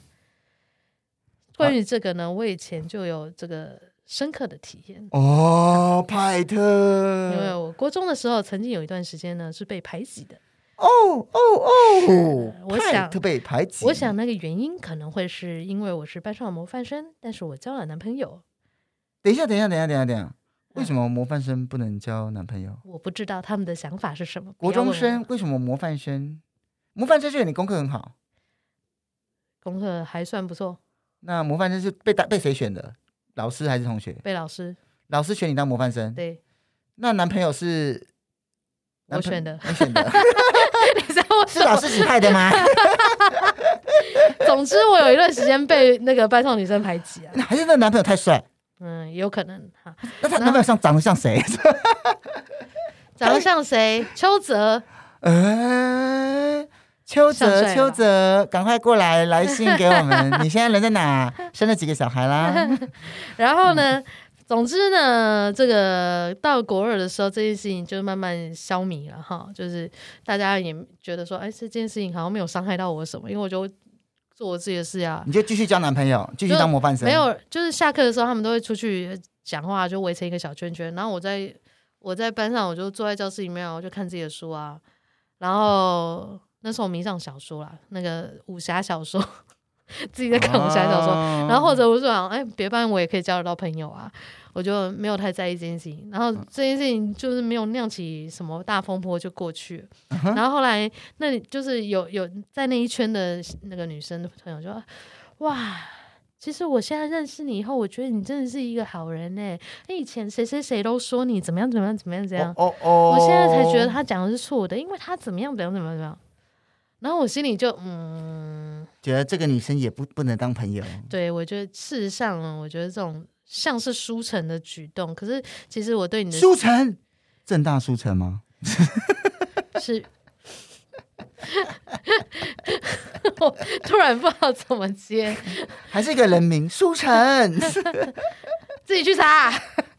B: 关于这个呢，我以前就有这个深刻的体验，
A: 哦，派
B: 因为
A: 特，
B: 我国中的时候曾经有一段时间呢是被排挤的。
A: 哦哦哦，
B: 我
A: 派
B: 想
A: 特被排挤，
B: 我想那个原因可能会是因为我是班上的模范生，但是我交了男朋友，
A: 等一下，等一下，等一下，等一下，等
B: 嗯
A: 一下，为什么模范生不能交男朋友？
B: 我不知道他们的想法是什么。不
A: 国
B: 要
A: 中
B: 问我
A: 生为什么模范生？模范生是因为你功课很好，
B: 功课还算不错，
A: 那模范生是被大被谁选的？老师还是同学？
B: 被老师
A: 老师选你当模范生，
B: 对
A: 那男朋友
B: <laughs>
A: 是
B: 我
A: 男朋
B: 选的
A: <laughs> 你选的
B: 你在我
A: 是
B: 什么
A: 老师指派的
B: <laughs>
A: 吗？
B: 总之，我有一段时间被那个班上女生排挤啊，
A: 那还是那男朋友太帅？
B: 嗯，有可能哈，
A: 那他男朋友像长得像谁？
B: 长得像谁？邱泽，
A: 呃，邱
B: 上
A: 泽，
B: 帅
A: 邱
B: 了吧
A: 泽，赶快过来来信给我们。
B: <laughs>
A: 你现在人在哪？生了几个小孩啦？
B: 然后呢，总之呢，这个到国二的时候，这件事情就慢慢消弭了哈，就是大家也觉得说，哎，这件事情好像没有伤害到我什么，因为我就做我自己的事啊，
A: 你就继续交男朋友，继续
B: 就
A: 当模范生。
B: 没有，就是下课的时候他们都会出去讲话，就围成一个小圈圈。然后我在我在班上，我就坐在教室里面啊，我就看自己的书啊。然后那时候我迷上小说啦，那个武侠小说， <laughs> 自己在看武侠小说。
A: 哦
B: 然后或者我就想，哎，别班我也可以交得到朋友啊，我就没有太在意这件事情。然后这件事情就是没有酿起什么大风波，就过去了。然后后来那里就是有有在那一圈的那个女生的朋友就说，哇。其实我现在认识你以后，我觉得你真的是一个好人呢、那以前谁谁谁都说你怎么样怎么样怎么样怎么样，
A: 哦哦，
B: 我现在才觉得他讲的是错的，因为他怎么样怎么样怎么样怎么样。然后我心里就嗯，
A: 觉得这个女生也不不能当朋友。
B: 对，我觉得事实上哦呢，我觉得这种像是舒城的举动，可是其实我对你的
A: 舒城，正大舒城吗？
B: 是，我突然不知道怎么接，
A: 还是一个人名？
B: <laughs>
A: 舒城 <laughs>
B: 自己去查。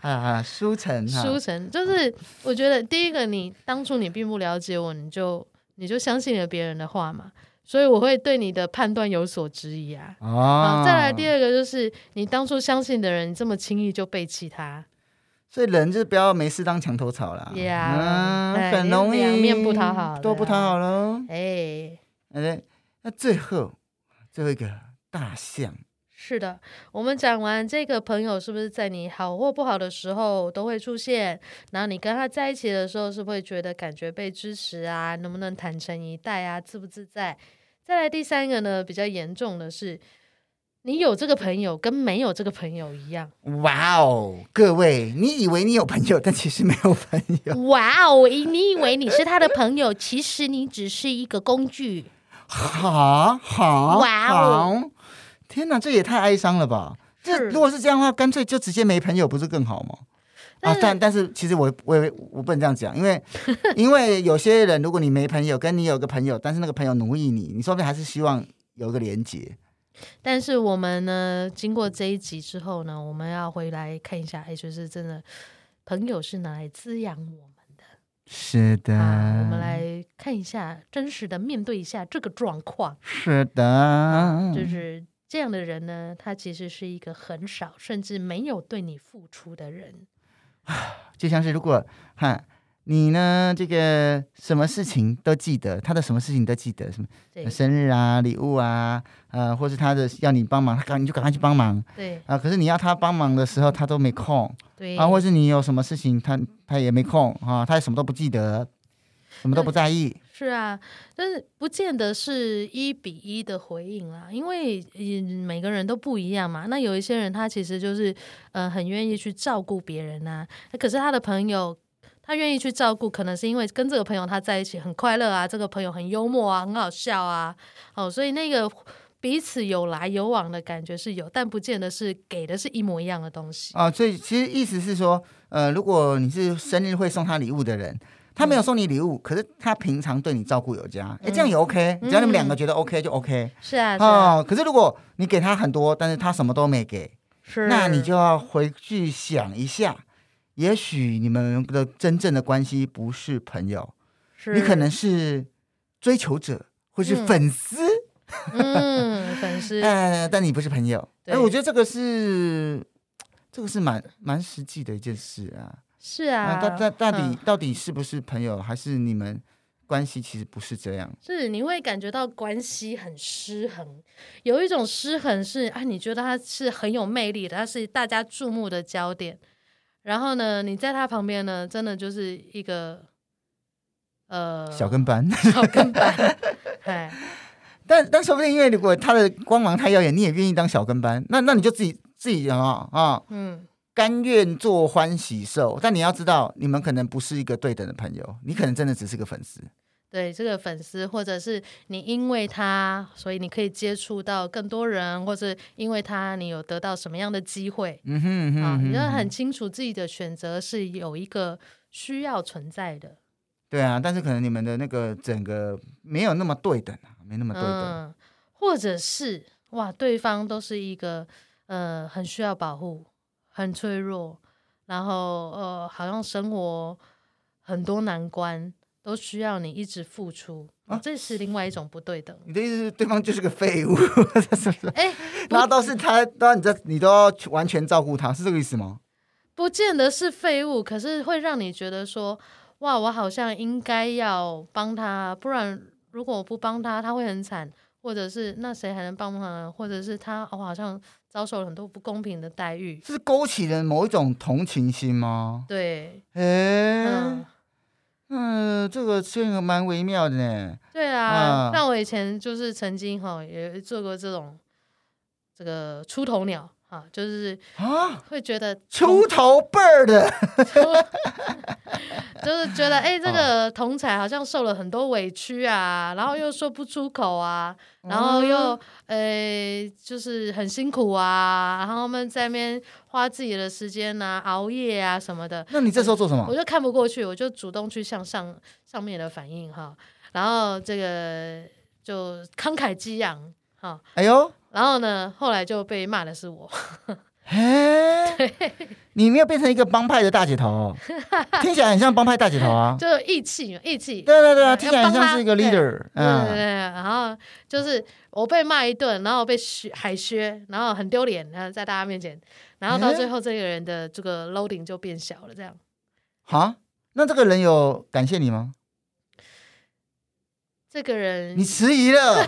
A: 啊，舒城哈。
B: 舒城就是，我觉得第一个，你当初你并不了解我，你就你就相信了别人的话嘛，所以我会对你的判断有所质疑啊。
A: 哦
B: 好，再来第二个就是，你当初相信的人，你这么轻易就背弃他，
A: 所以人就是不要没事当墙头草啦。
B: 呀
A: 嗯，
B: 哎
A: 很容易
B: 两面不讨好
A: 都不讨好喽。
B: 哎，
A: 哎，那最后最后一个大象，
B: 是的，我们讲完这个朋友是不是在你好或不好的时候都会出现，然后你跟他在一起的时候是不是会觉得感觉被支持啊，能不能坦诚以待啊，自不自在？再来第三个呢，比较严重的是，你有这个朋友跟没有这个朋友一样，
A: 哇哦，各位，你以为你有朋友，但其实没有朋友，
B: 哇哦，你以为你是他的朋友，其实你只是一个工具。
A: 好好
B: 哇哦
A: 好，天哪，这也太哀伤了吧！这
B: 是
A: 如果是这样的话，干脆就直接没朋友，不是更好吗？
B: 但
A: 啊
B: 是，
A: 但但是其实我我也我不能这样讲，因
B: <laughs>
A: 为因为有些人，如果你没朋友，跟你有个朋友，但是那个朋友奴役你，你说不定还是希望有一个连接。
B: 但是我们呢，经过这一集之后呢，我们要回来看一下，哎，就是真的朋友是拿来滋养我们
A: 是的，
B: 的、啊。我们来看一下，真实的面对一下这个状况，
A: 是的，
B: 就是这样的人呢，他其实是一个很少甚至没有对你付出的人。
A: 就像是如果哈你呢，这个什么事情都记得，他的什么事情都记得，什么
B: 对
A: 呃生日啊、礼物啊，呃，或是他的要你帮忙，他赶你就赶快去帮忙
B: 对
A: 啊、可是你要他帮忙的时候，他都没空
B: 对
A: 啊，或是你有什么事情，他他也没空啊，他也什么都不记得，什么都不在意。
B: 是啊，但是不见得是一比一的回应啦，因为嗯每个人都不一样嘛。那有一些人他其实就是呃很愿意去照顾别人呐、那可是他的朋友。他愿意去照顾，可能是因为跟这个朋友他在一起很快乐啊，这个朋友很幽默啊，很好笑啊，哦，所以那个彼此有来有往的感觉是有，但不见得是给的是一模一样的东西。
A: 啊，所以其实意思是说，呃，如果你是生日会送他礼物的人，他没有送你礼
B: 嗯
A: 物，可是他平常对你照顾有加，哎、这样也 OK，、只要你们两个觉得 OK 就 OK
B: 是啊，是啊，
A: 哦，可是如果你给他很多，但是他什么都没给，
B: 是。
A: 那你就要回去想一下，也许你们的真正的关系不是朋友，
B: 是
A: 你可能是追求者或是
B: 嗯
A: 粉丝，
B: 嗯，
A: <laughs>
B: 粉丝
A: 呃，但你不是朋友。哎、
B: 对
A: 我觉得这个是这个是蛮蛮实际的一件事啊。
B: 是啊，
A: 到到到底、
B: 嗯
A: 到底是不是朋友，还是你们关系其实不是这样？
B: 是你会感觉到关系很失衡，有一种失衡是啊，你觉得他是很有魅力的，他是大家注目的焦点，然后呢，你在他旁边呢，真的就是一个呃
A: 小跟班， <laughs>
B: 小跟班，哎，
A: 但但说不定因为如果他的光芒太耀眼，你也愿意当小跟班，那那你就自己自己啊啊，
B: 嗯，
A: 甘愿做欢喜受。但你要知道，你们可能不是一个对等的朋友，你可能真的只是个粉丝。
B: 对，这个粉丝或者是你因为他，所以你可以接触到更多人，或是因为他你有得到什么样的机会，
A: 嗯哼嗯哼
B: 啊，你
A: 嗯
B: 就
A: 哼
B: 很清楚自己的选择是有一个需要存在的。
A: 对啊，但是可能你们的那个整个没有那么对等啊，没那么对等。
B: 嗯，或者是哇，对方都是一个呃很需要保护、很脆弱，然后呃好像生活很多难关都需要你一直付出，
A: 啊
B: 这是另外一种不对等。
A: 你的意思是对方就是个废物， <laughs> 是不是？
B: 哎，
A: 然后都是他，都要你这你都要完全照顾他，是这个意思吗？
B: 不见得是废物，可是会让你觉得说，哇，我好像应该要帮他，不然如果我不帮他，他会很惨，或者是那谁还能帮他，或者是他哦，好像遭受了很多不公平的待遇。
A: 这是勾起人某一种同情心吗？
B: 对，
A: 诶，
B: 嗯，
A: 嗯，这个这个蛮微妙的呢。
B: 对啊
A: 嗯，
B: 那、我以前就是曾经哈也做过这种这个出头鸟啊，就是
A: 啊，
B: 会觉得
A: 出头辈儿的，
B: 就是觉得哎、
A: 嗯
B: 这个同才好像受了很多委屈啊，然后又说不出口啊，然
A: 嗯
B: 后又呃就是很辛苦啊，然后他们在那边花自己的时间呐、熬夜啊什么的，
A: 那你这时候做什
B: 我
A: 么？
B: 就看不过去，我就主动去向上上面的反应哈，然后这个就慷慨激昂哈，
A: 哎呦，
B: 然后呢后来就被骂的是我，
A: 嘿，你没有变成一个帮派的大姐头
B: <laughs>
A: 哦、听起来很像帮派大姐头啊。
B: 就义气嘛，义气。
A: 对对对啊，
B: 要
A: 听起来很
B: 帮
A: 像
B: 他
A: 是一个
B: 对
A: leader，
B: 对对
A: 嗯，
B: 对，然后就是我被骂一顿，然后被削海削，然后很丢脸，然后在大家面前，然后到
A: 诶
B: 最后这个人的这个 loading 就变小了，这样
A: 好，那这个人有感谢你吗？
B: 这个人
A: 你迟疑了，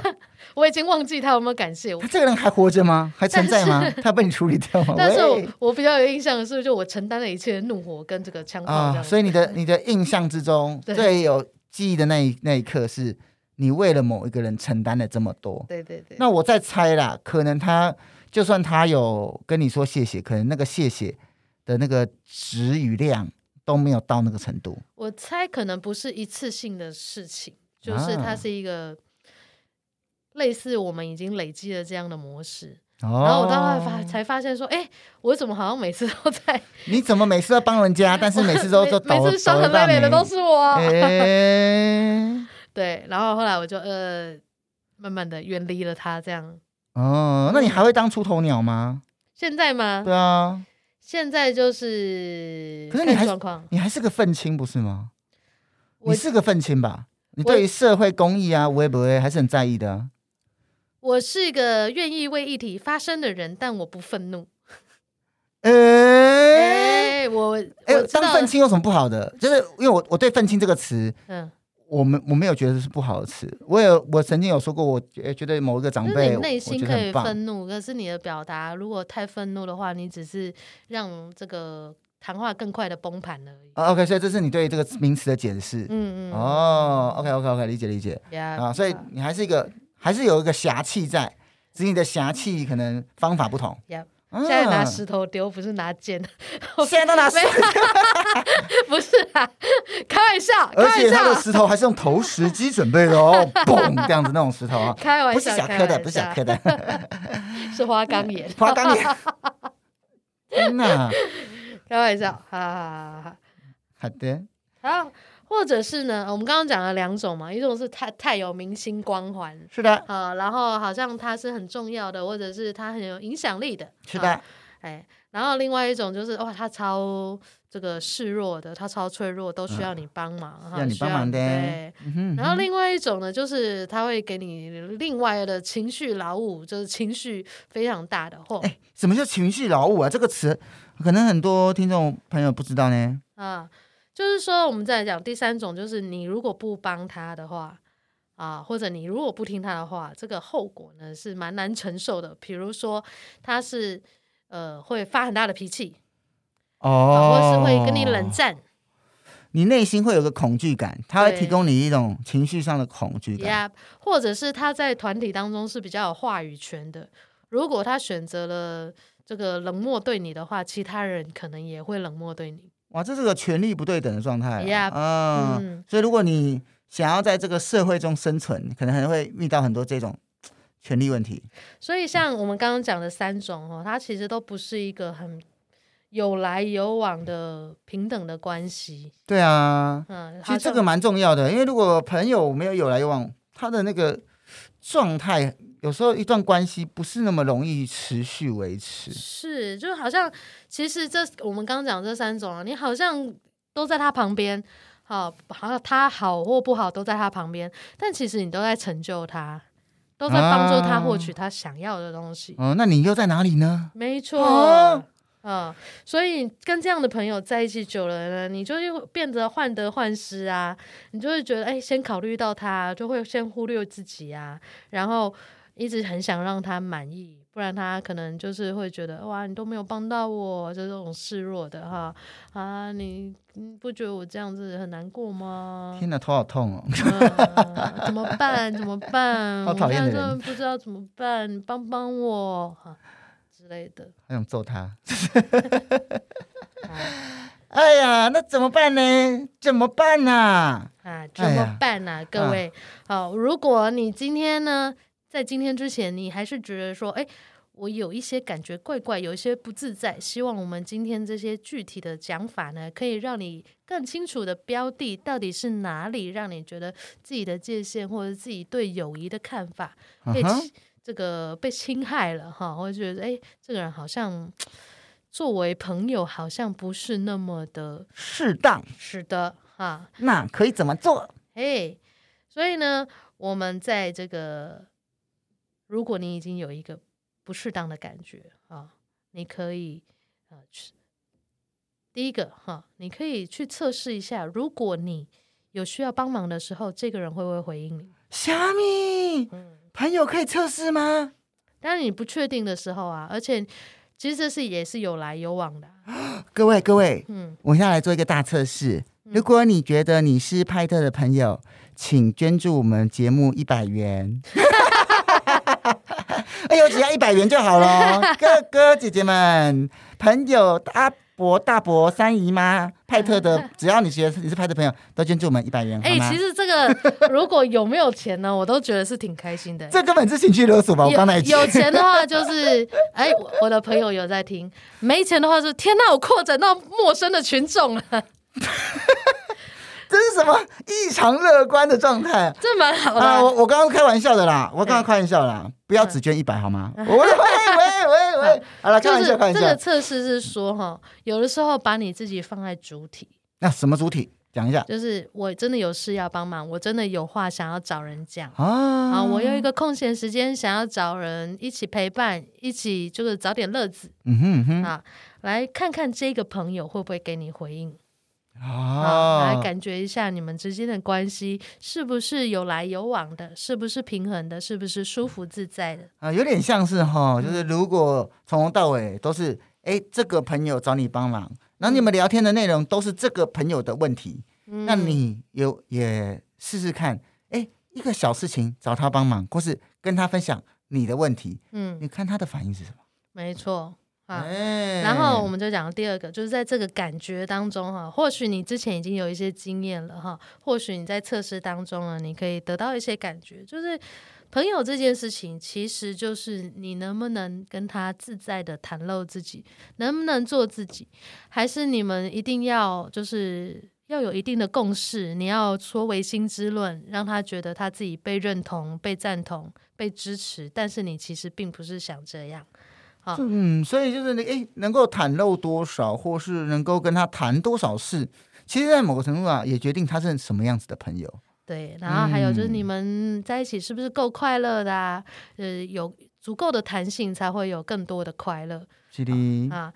B: 我已经忘记他有没有感谢我
A: 他，这个人还活着吗？还存在吗？他被你处理掉吗？
B: <laughs> 但是我
A: 喂
B: 我比较有印象的是，就我承担了一切的怒火跟这个枪炮这
A: 啊，
B: 样子，
A: 所以你的你的印象之中
B: 对
A: 最有记忆的那一那一刻是，你为了某一个人承担了这么多。
B: 对对对，
A: 那我在猜啦，可能他就算他有跟你说谢谢，可能那个谢谢的那个值与量都没有到那个程度。
B: 我猜可能不是一次性的事情，就是它
A: 啊
B: 是一个类似我们已经累积了这样的模式，
A: 然
B: 然后我到后来发才发现说，哎、我怎么好像每次都在
A: 你怎 <laughs> 么每次都帮人家，但是每
B: <laughs>
A: 次都都
B: 每
A: 倒
B: 每次伤痕累累的都是我、
A: 倒了一半没哎，
B: <laughs> 对，然后后来我就呃慢慢的远离了他，这样
A: <laughs> 哦，那你还会当出头鸟吗？
B: 现在吗？
A: 对啊，
B: 现在就是
A: 可是你还
B: 看
A: 是
B: 状况，
A: 你还是个愤青不是吗？
B: 我
A: 你是个愤青吧？你
B: 我
A: 对于社会公益啊、微博还是很在意的啊。
B: 我是一个愿意为议题发声的人，但我不愤怒。
A: 哎
B: 哎、我
A: 哎
B: 我，知
A: 当
B: 道
A: 愤
B: 了，
A: 青有什么不好的？就是因为我我对愤青这个词，
B: 嗯，
A: 我们我没有觉得是不好的词，我有我曾经有说过，我觉觉得某一个长
B: 就是
A: 辈，
B: 你
A: 我
B: 内
A: 我
B: 心
A: 觉得
B: 可以
A: 很棒。
B: 愤怒，可是你的表达如果太愤怒的话，你只是让这个谈话更快的崩盘而已。
A: 啊 OK，所以这是你对这个名词的解释。
B: 嗯嗯，
A: 哦，OK OK OK，理解理解
B: 呀
A: 啊，所以你还是一个还是有一个侠气在，只是你的侠气可能方法不同。
B: 呀，
A: 啊
B: 现在拿石头丢，不是拿剑， <laughs>
A: 现在都拿石，
B: 不是啦，开玩笑，开
A: 而且
B: 玩
A: 他的
B: 笑，
A: 石头还是用投石机准备的
B: <laughs>
A: 哦，嘣这样子那种石头啊，
B: 开玩
A: 不是
B: 笑，
A: 小
B: 开
A: 颗的，
B: 玩
A: 不是小
B: 笑
A: 颗的，
B: 是花岗岩，
A: 花岗 <laughs> 岩。天哪，
B: 开玩笑，哈哈哈哈。
A: 好的，
B: 然后或者是呢，我们刚刚讲了两种嘛，一种是太太有明星光环。
A: 是的，
B: 啊，然后好像它是很重要的，或者是它很有影响力的，
A: 是
B: 啊
A: 的，
B: 哎，然后另外一种就是哇，他超这个示弱的，他超脆弱，都需要你帮忙，哈
A: 嗯要你帮忙的
B: 需要你对。
A: 嗯哼
B: 然后另外一种呢，就是他会给你另外的情绪劳务，就是情绪非常大的货、
A: 哎，什么叫情绪劳务啊？这个词可能很多听众朋友不知道呢。
B: 啊。就是说，我们再来讲第三种，就是你如果不帮他的话。啊，或者你如果不听他的话，这个后果呢是蛮难承受的。比如说，他是呃会发很大的脾气，啊
A: 哦
B: 或是会跟你冷，战，
A: 你内心会有个恐惧感，它会
B: 对
A: 提供你一种情绪上的恐惧感。
B: 呀，或者是他在团体当中是比较有话语权的。如果他选择了这个冷漠对你的话，其他人可能也会冷漠对你。
A: 哇，这是个权力不对等的状态啊。
B: Yep，
A: 嗯，
B: 嗯，
A: 所以如果你想要在这个社会中生存，可能还会遇到很多这种嘖权力问题。
B: 所以像我们刚刚讲的三种哦，它其实都不是一个很有来有往的平等的关系。
A: 对啊，
B: 嗯，
A: 其
B: 好
A: 实这
B: 像
A: 个蛮重要的，因为如果朋友没有有来有往，他的那个状态，有时候一段关系不是那么容易持续维持。
B: 是，就好像其实这我们刚讲这三种啊，你好像都在他旁边，好、好像他好或不好都在他旁边，但其实你都在成就他，都在帮助他获取他想要的东西。
A: 哦，那你又在哪里呢？
B: 没错。
A: 啊
B: 嗯，所以跟这样的朋友在一起久了呢，你就会变得患得患失啊，你就会觉得哎、先考虑到他，就会先忽略自己啊，然后一直很想让他满意，不然他可能就是会觉得哇，你都没有帮到我，就这种示弱的哈啊，你你不觉得我这样子很难过吗？
A: 天哪，头好痛哦！ <laughs>
B: 嗯怎么办？怎么办？
A: 好讨厌的
B: 我现在
A: 人
B: 真的不知道怎么办，你帮帮我哈之类的。
A: 好想揍 <laughs> 他。
B: 啊
A: 哎呀，那怎么办呢？怎么办呐、
B: 啊，怎么
A: 呀
B: 办呢、各
A: 啊
B: 位，好、如果你今天呢，在今天之前，你还是觉得说，哎，我有一些感觉怪怪，有一些不自在，希望我们今天这些具体的讲法呢，可以让你更清楚的标的到底是哪里，让你觉得自己的界限或者自己对友谊的看法
A: 啊
B: 被
A: 哈
B: 侵、这个被侵害了哈，或者觉得，哎，这个人好像作为朋友好像不是那么的
A: 适当，
B: 是的哈，
A: 那可以怎么做？
B: 嘿，所以呢，我们在这个，如果你已经有一个不适当的感觉啊，你可以呃去第一个哈，你可以去测试一下，如果你有需要帮忙的时候，这个人会不会回应你？
A: 虾米
B: 嗯，
A: 朋友可以测试吗？
B: 当然你不确定的时候啊，而且其实这是也是有来有往的啊、
A: 各位各位，
B: 嗯，
A: 我现在来做一个大测试。如果你觉得你是派特的朋友，请捐助我们节目一百元。 <laughs> 哎呦，只要一百元就好
B: <laughs>
A: 了，哥哥姐姐们、朋友、阿伯、大伯、三姨妈、派特的，只要你觉得你是派特朋友，都捐助我们一百嗯元，好
B: 嗯哎、
A: 吗？
B: 其实这个如果有没有钱呢，我都觉得是挺开
A: <laughs>
B: 心的、
A: 这根本是情绪勒索吧？我刚才已经
B: 有有钱的话就是，哎，我我的朋友有在听；没钱的话是，天哪，我扩展到陌生的群众了，
A: <laughs> 这是什么异常乐观的状态？
B: 这蛮
A: <laughs>
B: 好的。哎
A: 啊，我我刚刚开玩笑的啦，我刚刚开玩笑的啦，不要只捐一百好吗？我喂 <laughs> 喂喂喂，好了，开
B: 嗯啊就
A: 玩
B: 是
A: 笑，开玩
B: 这个
A: 笑。
B: 测试是说哈，有的时候把你自己放在主体，
A: 那什么主体？讲一下
B: 就是我真的有事要帮忙，我真的有话想要找人讲
A: 啊
B: 啊，我有一个空闲时间想要找人一起陪伴，一起就是找点乐子
A: 嗯哼嗯哼
B: 啊，来看看这个朋友会不会给你回应。啊，来
A: 哦，
B: 感觉一下你们之间的关系是不是有来有往的，是不是平衡的，是不是舒服自在的？
A: 啊，有点像是
B: 嗯
A: 哈，就是如果从头到尾都是哎这个朋友找你帮忙，然后你们聊天的内容都是这个朋友的问题，
B: 嗯
A: 那你有也试试看，哎一个小事情找他帮忙，或是跟他分享你的问题，
B: 嗯，
A: 你看他的反应是什么？
B: 没错啊。
A: 哎，
B: 然后我们就讲第二个，就是在这个感觉当中哈，或许你之前已经有一些经验了哈，或许你在测试当中呢，你可以得到一些感觉，就是朋友这件事情，其实就是你能不能跟他自在的袒露自己，能不能做自己，还是你们一定要就是。要有一定的共识，你要说唯心之论，让他觉得他自己被认同、被赞同、被支持，但是你其实并不是想这样。啊
A: 嗯，所以就是你诶，能够袒露多少，或是能够跟他谈多少事，其实，在某个程度上也决定他是什么样子的朋友。
B: 对，然后还有就是
A: 嗯
B: 你们在一起是不是够快乐的啊？呃，有足够的弹性才会有更多的快乐
A: 是的，
B: 啊。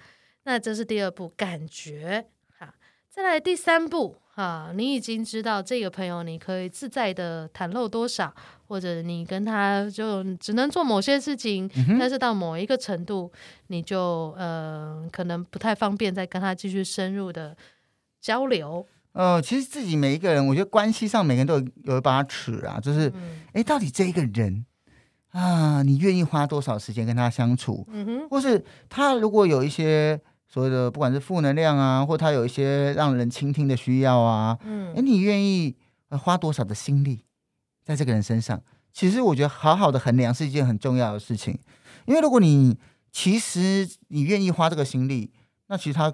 B: 那这是第二步，感觉哈、再来第三步哈、你已经知道这个朋友你可以自在的袒露多少，或者你跟他就只能做某些事情，但是到某一个程度，你就呃可能不太方便再跟他继续深入的交流。
A: 呃，其实自己每一个人，我觉得关系上每个人都有有一把尺啊，就是
B: 嗯
A: 诶，到底这一个人啊，你愿意花多少时间跟他相处，
B: 嗯哼，
A: 或是他如果有一些所谓的不管是负能量啊，或他有一些让人倾听的需要啊，
B: 嗯
A: 哎，你愿意呃花多少的心力在这个人身上？其实我觉得好好的衡量是一件很重要的事情，因为如果你其实你愿意花这个心力，那其实他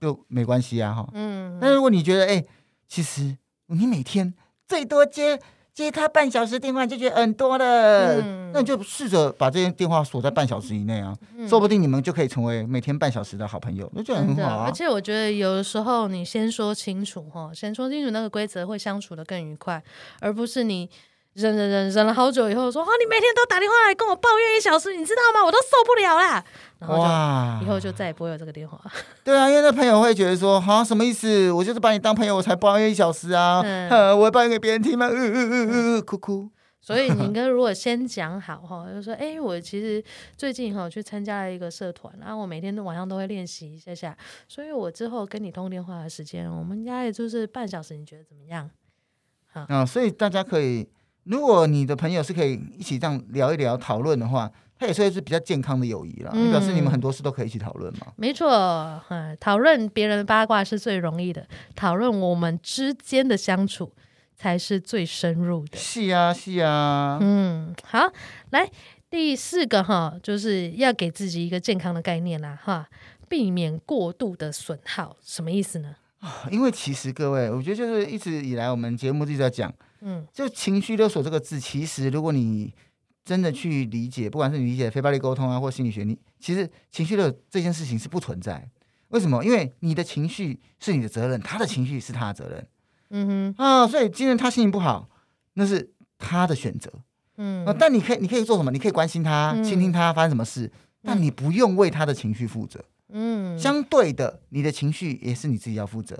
A: 就没关系啊哈。
B: 嗯
A: 但如果你觉得哎，诶其实你每天最多接接他半小时电话，你就觉得很多了，
B: 嗯
A: 那你就试着把这些电话锁在半小时以内啊，
B: 嗯
A: 说不定你们就可以成为每天半小时的好朋友，那就很
B: 真的，
A: 好啊
B: 而。且我觉得有的时候你先说清楚哈，先说清楚那个规则会相处的更愉快，而不是你忍忍忍忍了好久以后说啊，你每天都打电话来跟我抱怨一小时，你知道吗？我都受不了啦。然后就
A: 哇
B: 以后就再也不会有这个电话。
A: 对啊，因为那朋友会觉得说，哈、什么意思？我就是把你当朋友，我才抱怨一小时啊，
B: 嗯
A: 呃，我会抱怨给别人听吗？呃呃呃呃呃，哭哭。
B: <laughs> 所以你应该如果先讲好哈，就说哎、我其实最近哈去参加了一个社团，然后我每天都晚上都会练习一下下，所以我之后跟你通电话的时间，我们应该也就是半小时，你觉得怎么样？
A: 啊、所以大家可以，如果你的朋友是可以一起这样聊一聊、讨论的话，他也算是比较健康的友谊啦。
B: 嗯
A: 就表示你们很多事都可以一起讨论嘛。
B: 没错，嗯，讨论别人的八卦是最容易的，讨论我们之间的相处才是最深入的。
A: 是啊，是啊，
B: 嗯，好，来第四个哈，就是要给自己一个健康的概念啦，哈，避免过度的损耗，什么意思呢？
A: 因为其实各位，我觉得就是一直以来我们节目一直在讲，
B: 嗯
A: 就情绪勒索这个字，其实如果你真的去理解，不管是你理解非暴力沟通啊，或心理学，你其实情绪勒索这件事情是不存在。为什么？因为你的情绪是你的责任，他的情绪是他的责任
B: 嗯哼，
A: 啊。所以今天他心情不好，那是他的选择。
B: 嗯
A: 啊，但你可以，你可以做什么？你可以关心他，
B: 嗯
A: 倾听他发生什么事，但你不用为他的情绪负责。
B: 嗯，
A: 相对的，你的情绪也是你自己要负责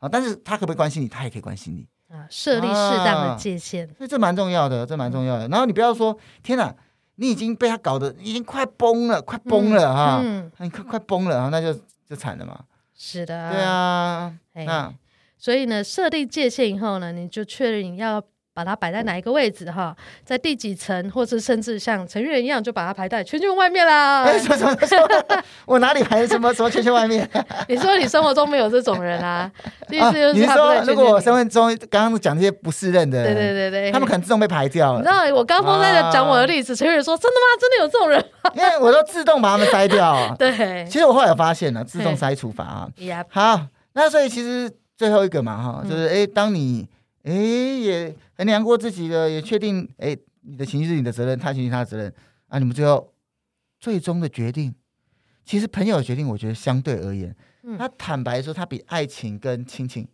A: 啊。但是他可不可以关心你？他也可以关心你，
B: 啊，设立适当的
A: 啊
B: 界限，
A: 所以这蛮重要的，这蛮重
B: 嗯
A: 要的。然后你不要说，天哪，你已经被他搞得已经快崩了，快崩了哈、
B: 嗯，
A: 啊你快快崩了啊，那就就惨了嘛。
B: 是的，
A: 对，啊，
B: 哎
A: 那
B: 所以呢，设定界限以后呢，你就确认要把它摆在哪一个位置哈，在第几层，或者甚至像成员一样，就把它排在圈圈外
A: <laughs>
B: 面啦。
A: 哎，什么什么什么，我哪里还什么什么圈圈外
B: <laughs>
A: 面？
B: 你说你生活中没有这种
A: <laughs>
B: 人啊？第一次就
A: 你
B: 是
A: 是
B: 他不在
A: 说
B: 圈圈里
A: 如果我身份中刚刚讲这些不是认的
B: 对
A: 人，
B: 对对对，
A: 他们可啊能自动被排掉
B: <laughs> 你知
A: 了，
B: 道我刚刚在讲我的例子，成员说真的吗？真的有这种人？。
A: 因为我都自动把他们筛掉啊
B: <laughs>
A: <laughs>
B: 对
A: 其实我后来有发现了，自动筛除法啊。
B: 呀，
A: 好，那所以其实最后一个嘛哈，
B: 嗯
A: 就是哎、诶当你哎、诶也衡量过自己的，也确定哎、诶你的情绪是你的责任，他情绪是他的责任啊，你们最后最终的决定，其实朋友的决定，我觉得相对而言，
B: 嗯
A: 他坦白说，他比爱情跟亲情，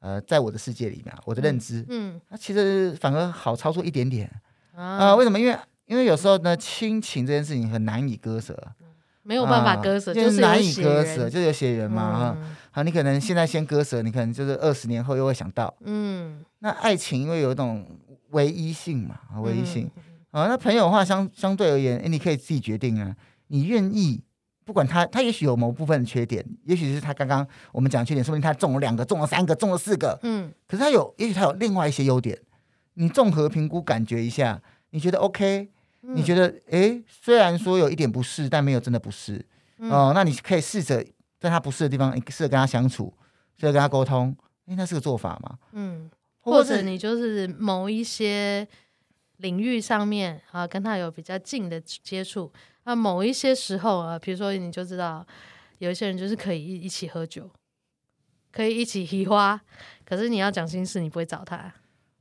A: 呃，在我的世界里面啊，我的认知，
B: 嗯
A: 他其实反而好操作一点点啊、
B: 啊
A: 为什么？因为因为有时候呢，亲情这件事情很难以割舍，
B: 没有办法
A: 啊
B: 割舍，
A: 就是
B: 有
A: 难以
B: 血
A: 割
B: 缘
A: 舍，就是有血缘嘛哈。
B: 嗯
A: 好，你可能现在先割舍，你可能就是二十年后又会想到。
B: 嗯，
A: 那爱情因为有一种唯一性嘛，啊唯一
B: 嗯
A: 性啊、那朋友的话相相对而言，诶你可以自己决定啊，你愿意。不管他，他也许有某部分的缺点，也许是他刚刚我们讲的缺点，说不定他中了两个，中了三个，中了四个，
B: 嗯
A: 可是他有，也许他有另外一些优点。你综合评估感觉一下，你觉得 OK？、
B: 嗯，
A: 你觉得，诶，虽然说有一点不适，但没有真的不适。
B: 嗯
A: 哦，那你可以试着在他不是的地方，试着跟他相处，试着跟他沟通，哎，那是个做法嘛？
B: 嗯。
A: 或
B: 或
A: 者
B: 者你就是某一些领域上面啊，跟他有比较近的接触。那、某一些时候啊，比如说你就知道，有一些人就是可以一一起喝酒，可以一起提花，可是你要讲心事，你不会找他。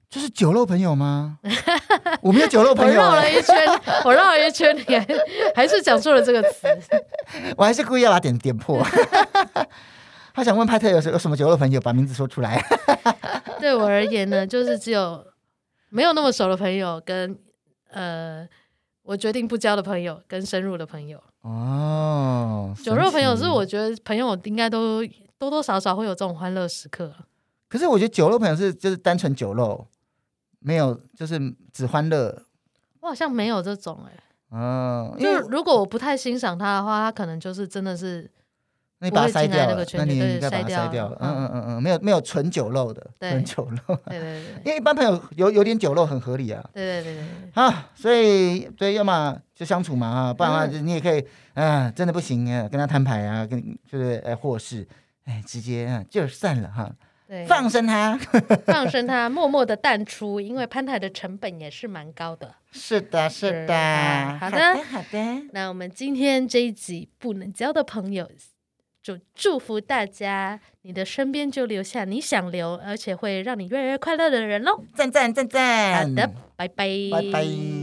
A: 就是酒肉朋友吗？
B: <laughs>
A: 我没有酒肉
B: 我欸
A: 朋友
B: 绕
A: 啊、
B: 了一圈，我绕了一圈，你还还是讲出了这个词。
A: 我还是故意要把点点破。 <laughs> 他想问派特有什有什么酒肉朋友，把名字说出来。 <laughs>
B: 对我而言呢，就是只有没有那么熟的朋友跟呃，我决定不交的朋友跟深入的朋友。
A: 哦，
B: 酒肉
A: 神
B: 朋友
A: 奇
B: 是，我觉得朋友应该都多多少少会有这种欢乐时刻。
A: 可是我觉得酒肉朋友是就是单纯酒肉，没有就是只欢乐。
B: 我好像没有这种哎、
A: 哦，因
B: 就
A: 为
B: 是如果我不太欣赏他的话，他可能就是真
A: <laughs>
B: 的是
A: 那你把它
B: 不会
A: 筛
B: 进来
A: 掉
B: 那
A: 了
B: 个，圈
A: 那
B: 子
A: 你
B: 对
A: 应该把它
B: 筛掉
A: 筛掉了
B: 了。
A: 嗯嗯嗯嗯，没有没有纯酒肉的，
B: 对
A: 纯酒肉。
B: 对对对
A: 因为一般朋友有有点酒肉很合理啊。
B: 对对对对
A: 啊，所以对，要么就相处嘛啊，不然的话
B: 嗯
A: 就你也可以，啊、真的不行啊，跟他摊牌啊，跟就是哎，或是哎，直接啊，就散了哈，
B: 对，
A: 放生他。
B: 放生他，默默的淡出，因为攀谈的成本也是蛮高的。
A: 是的，是
B: 是
A: 的
B: 的，好的
A: 好的，好的
B: 那我们今天这一集不能交的朋友，就祝福大家，你的身边就留下你想留，而且会让你越来越快乐的人喽。
A: 赞赞赞赞，
B: 好的，拜拜，
A: 拜拜。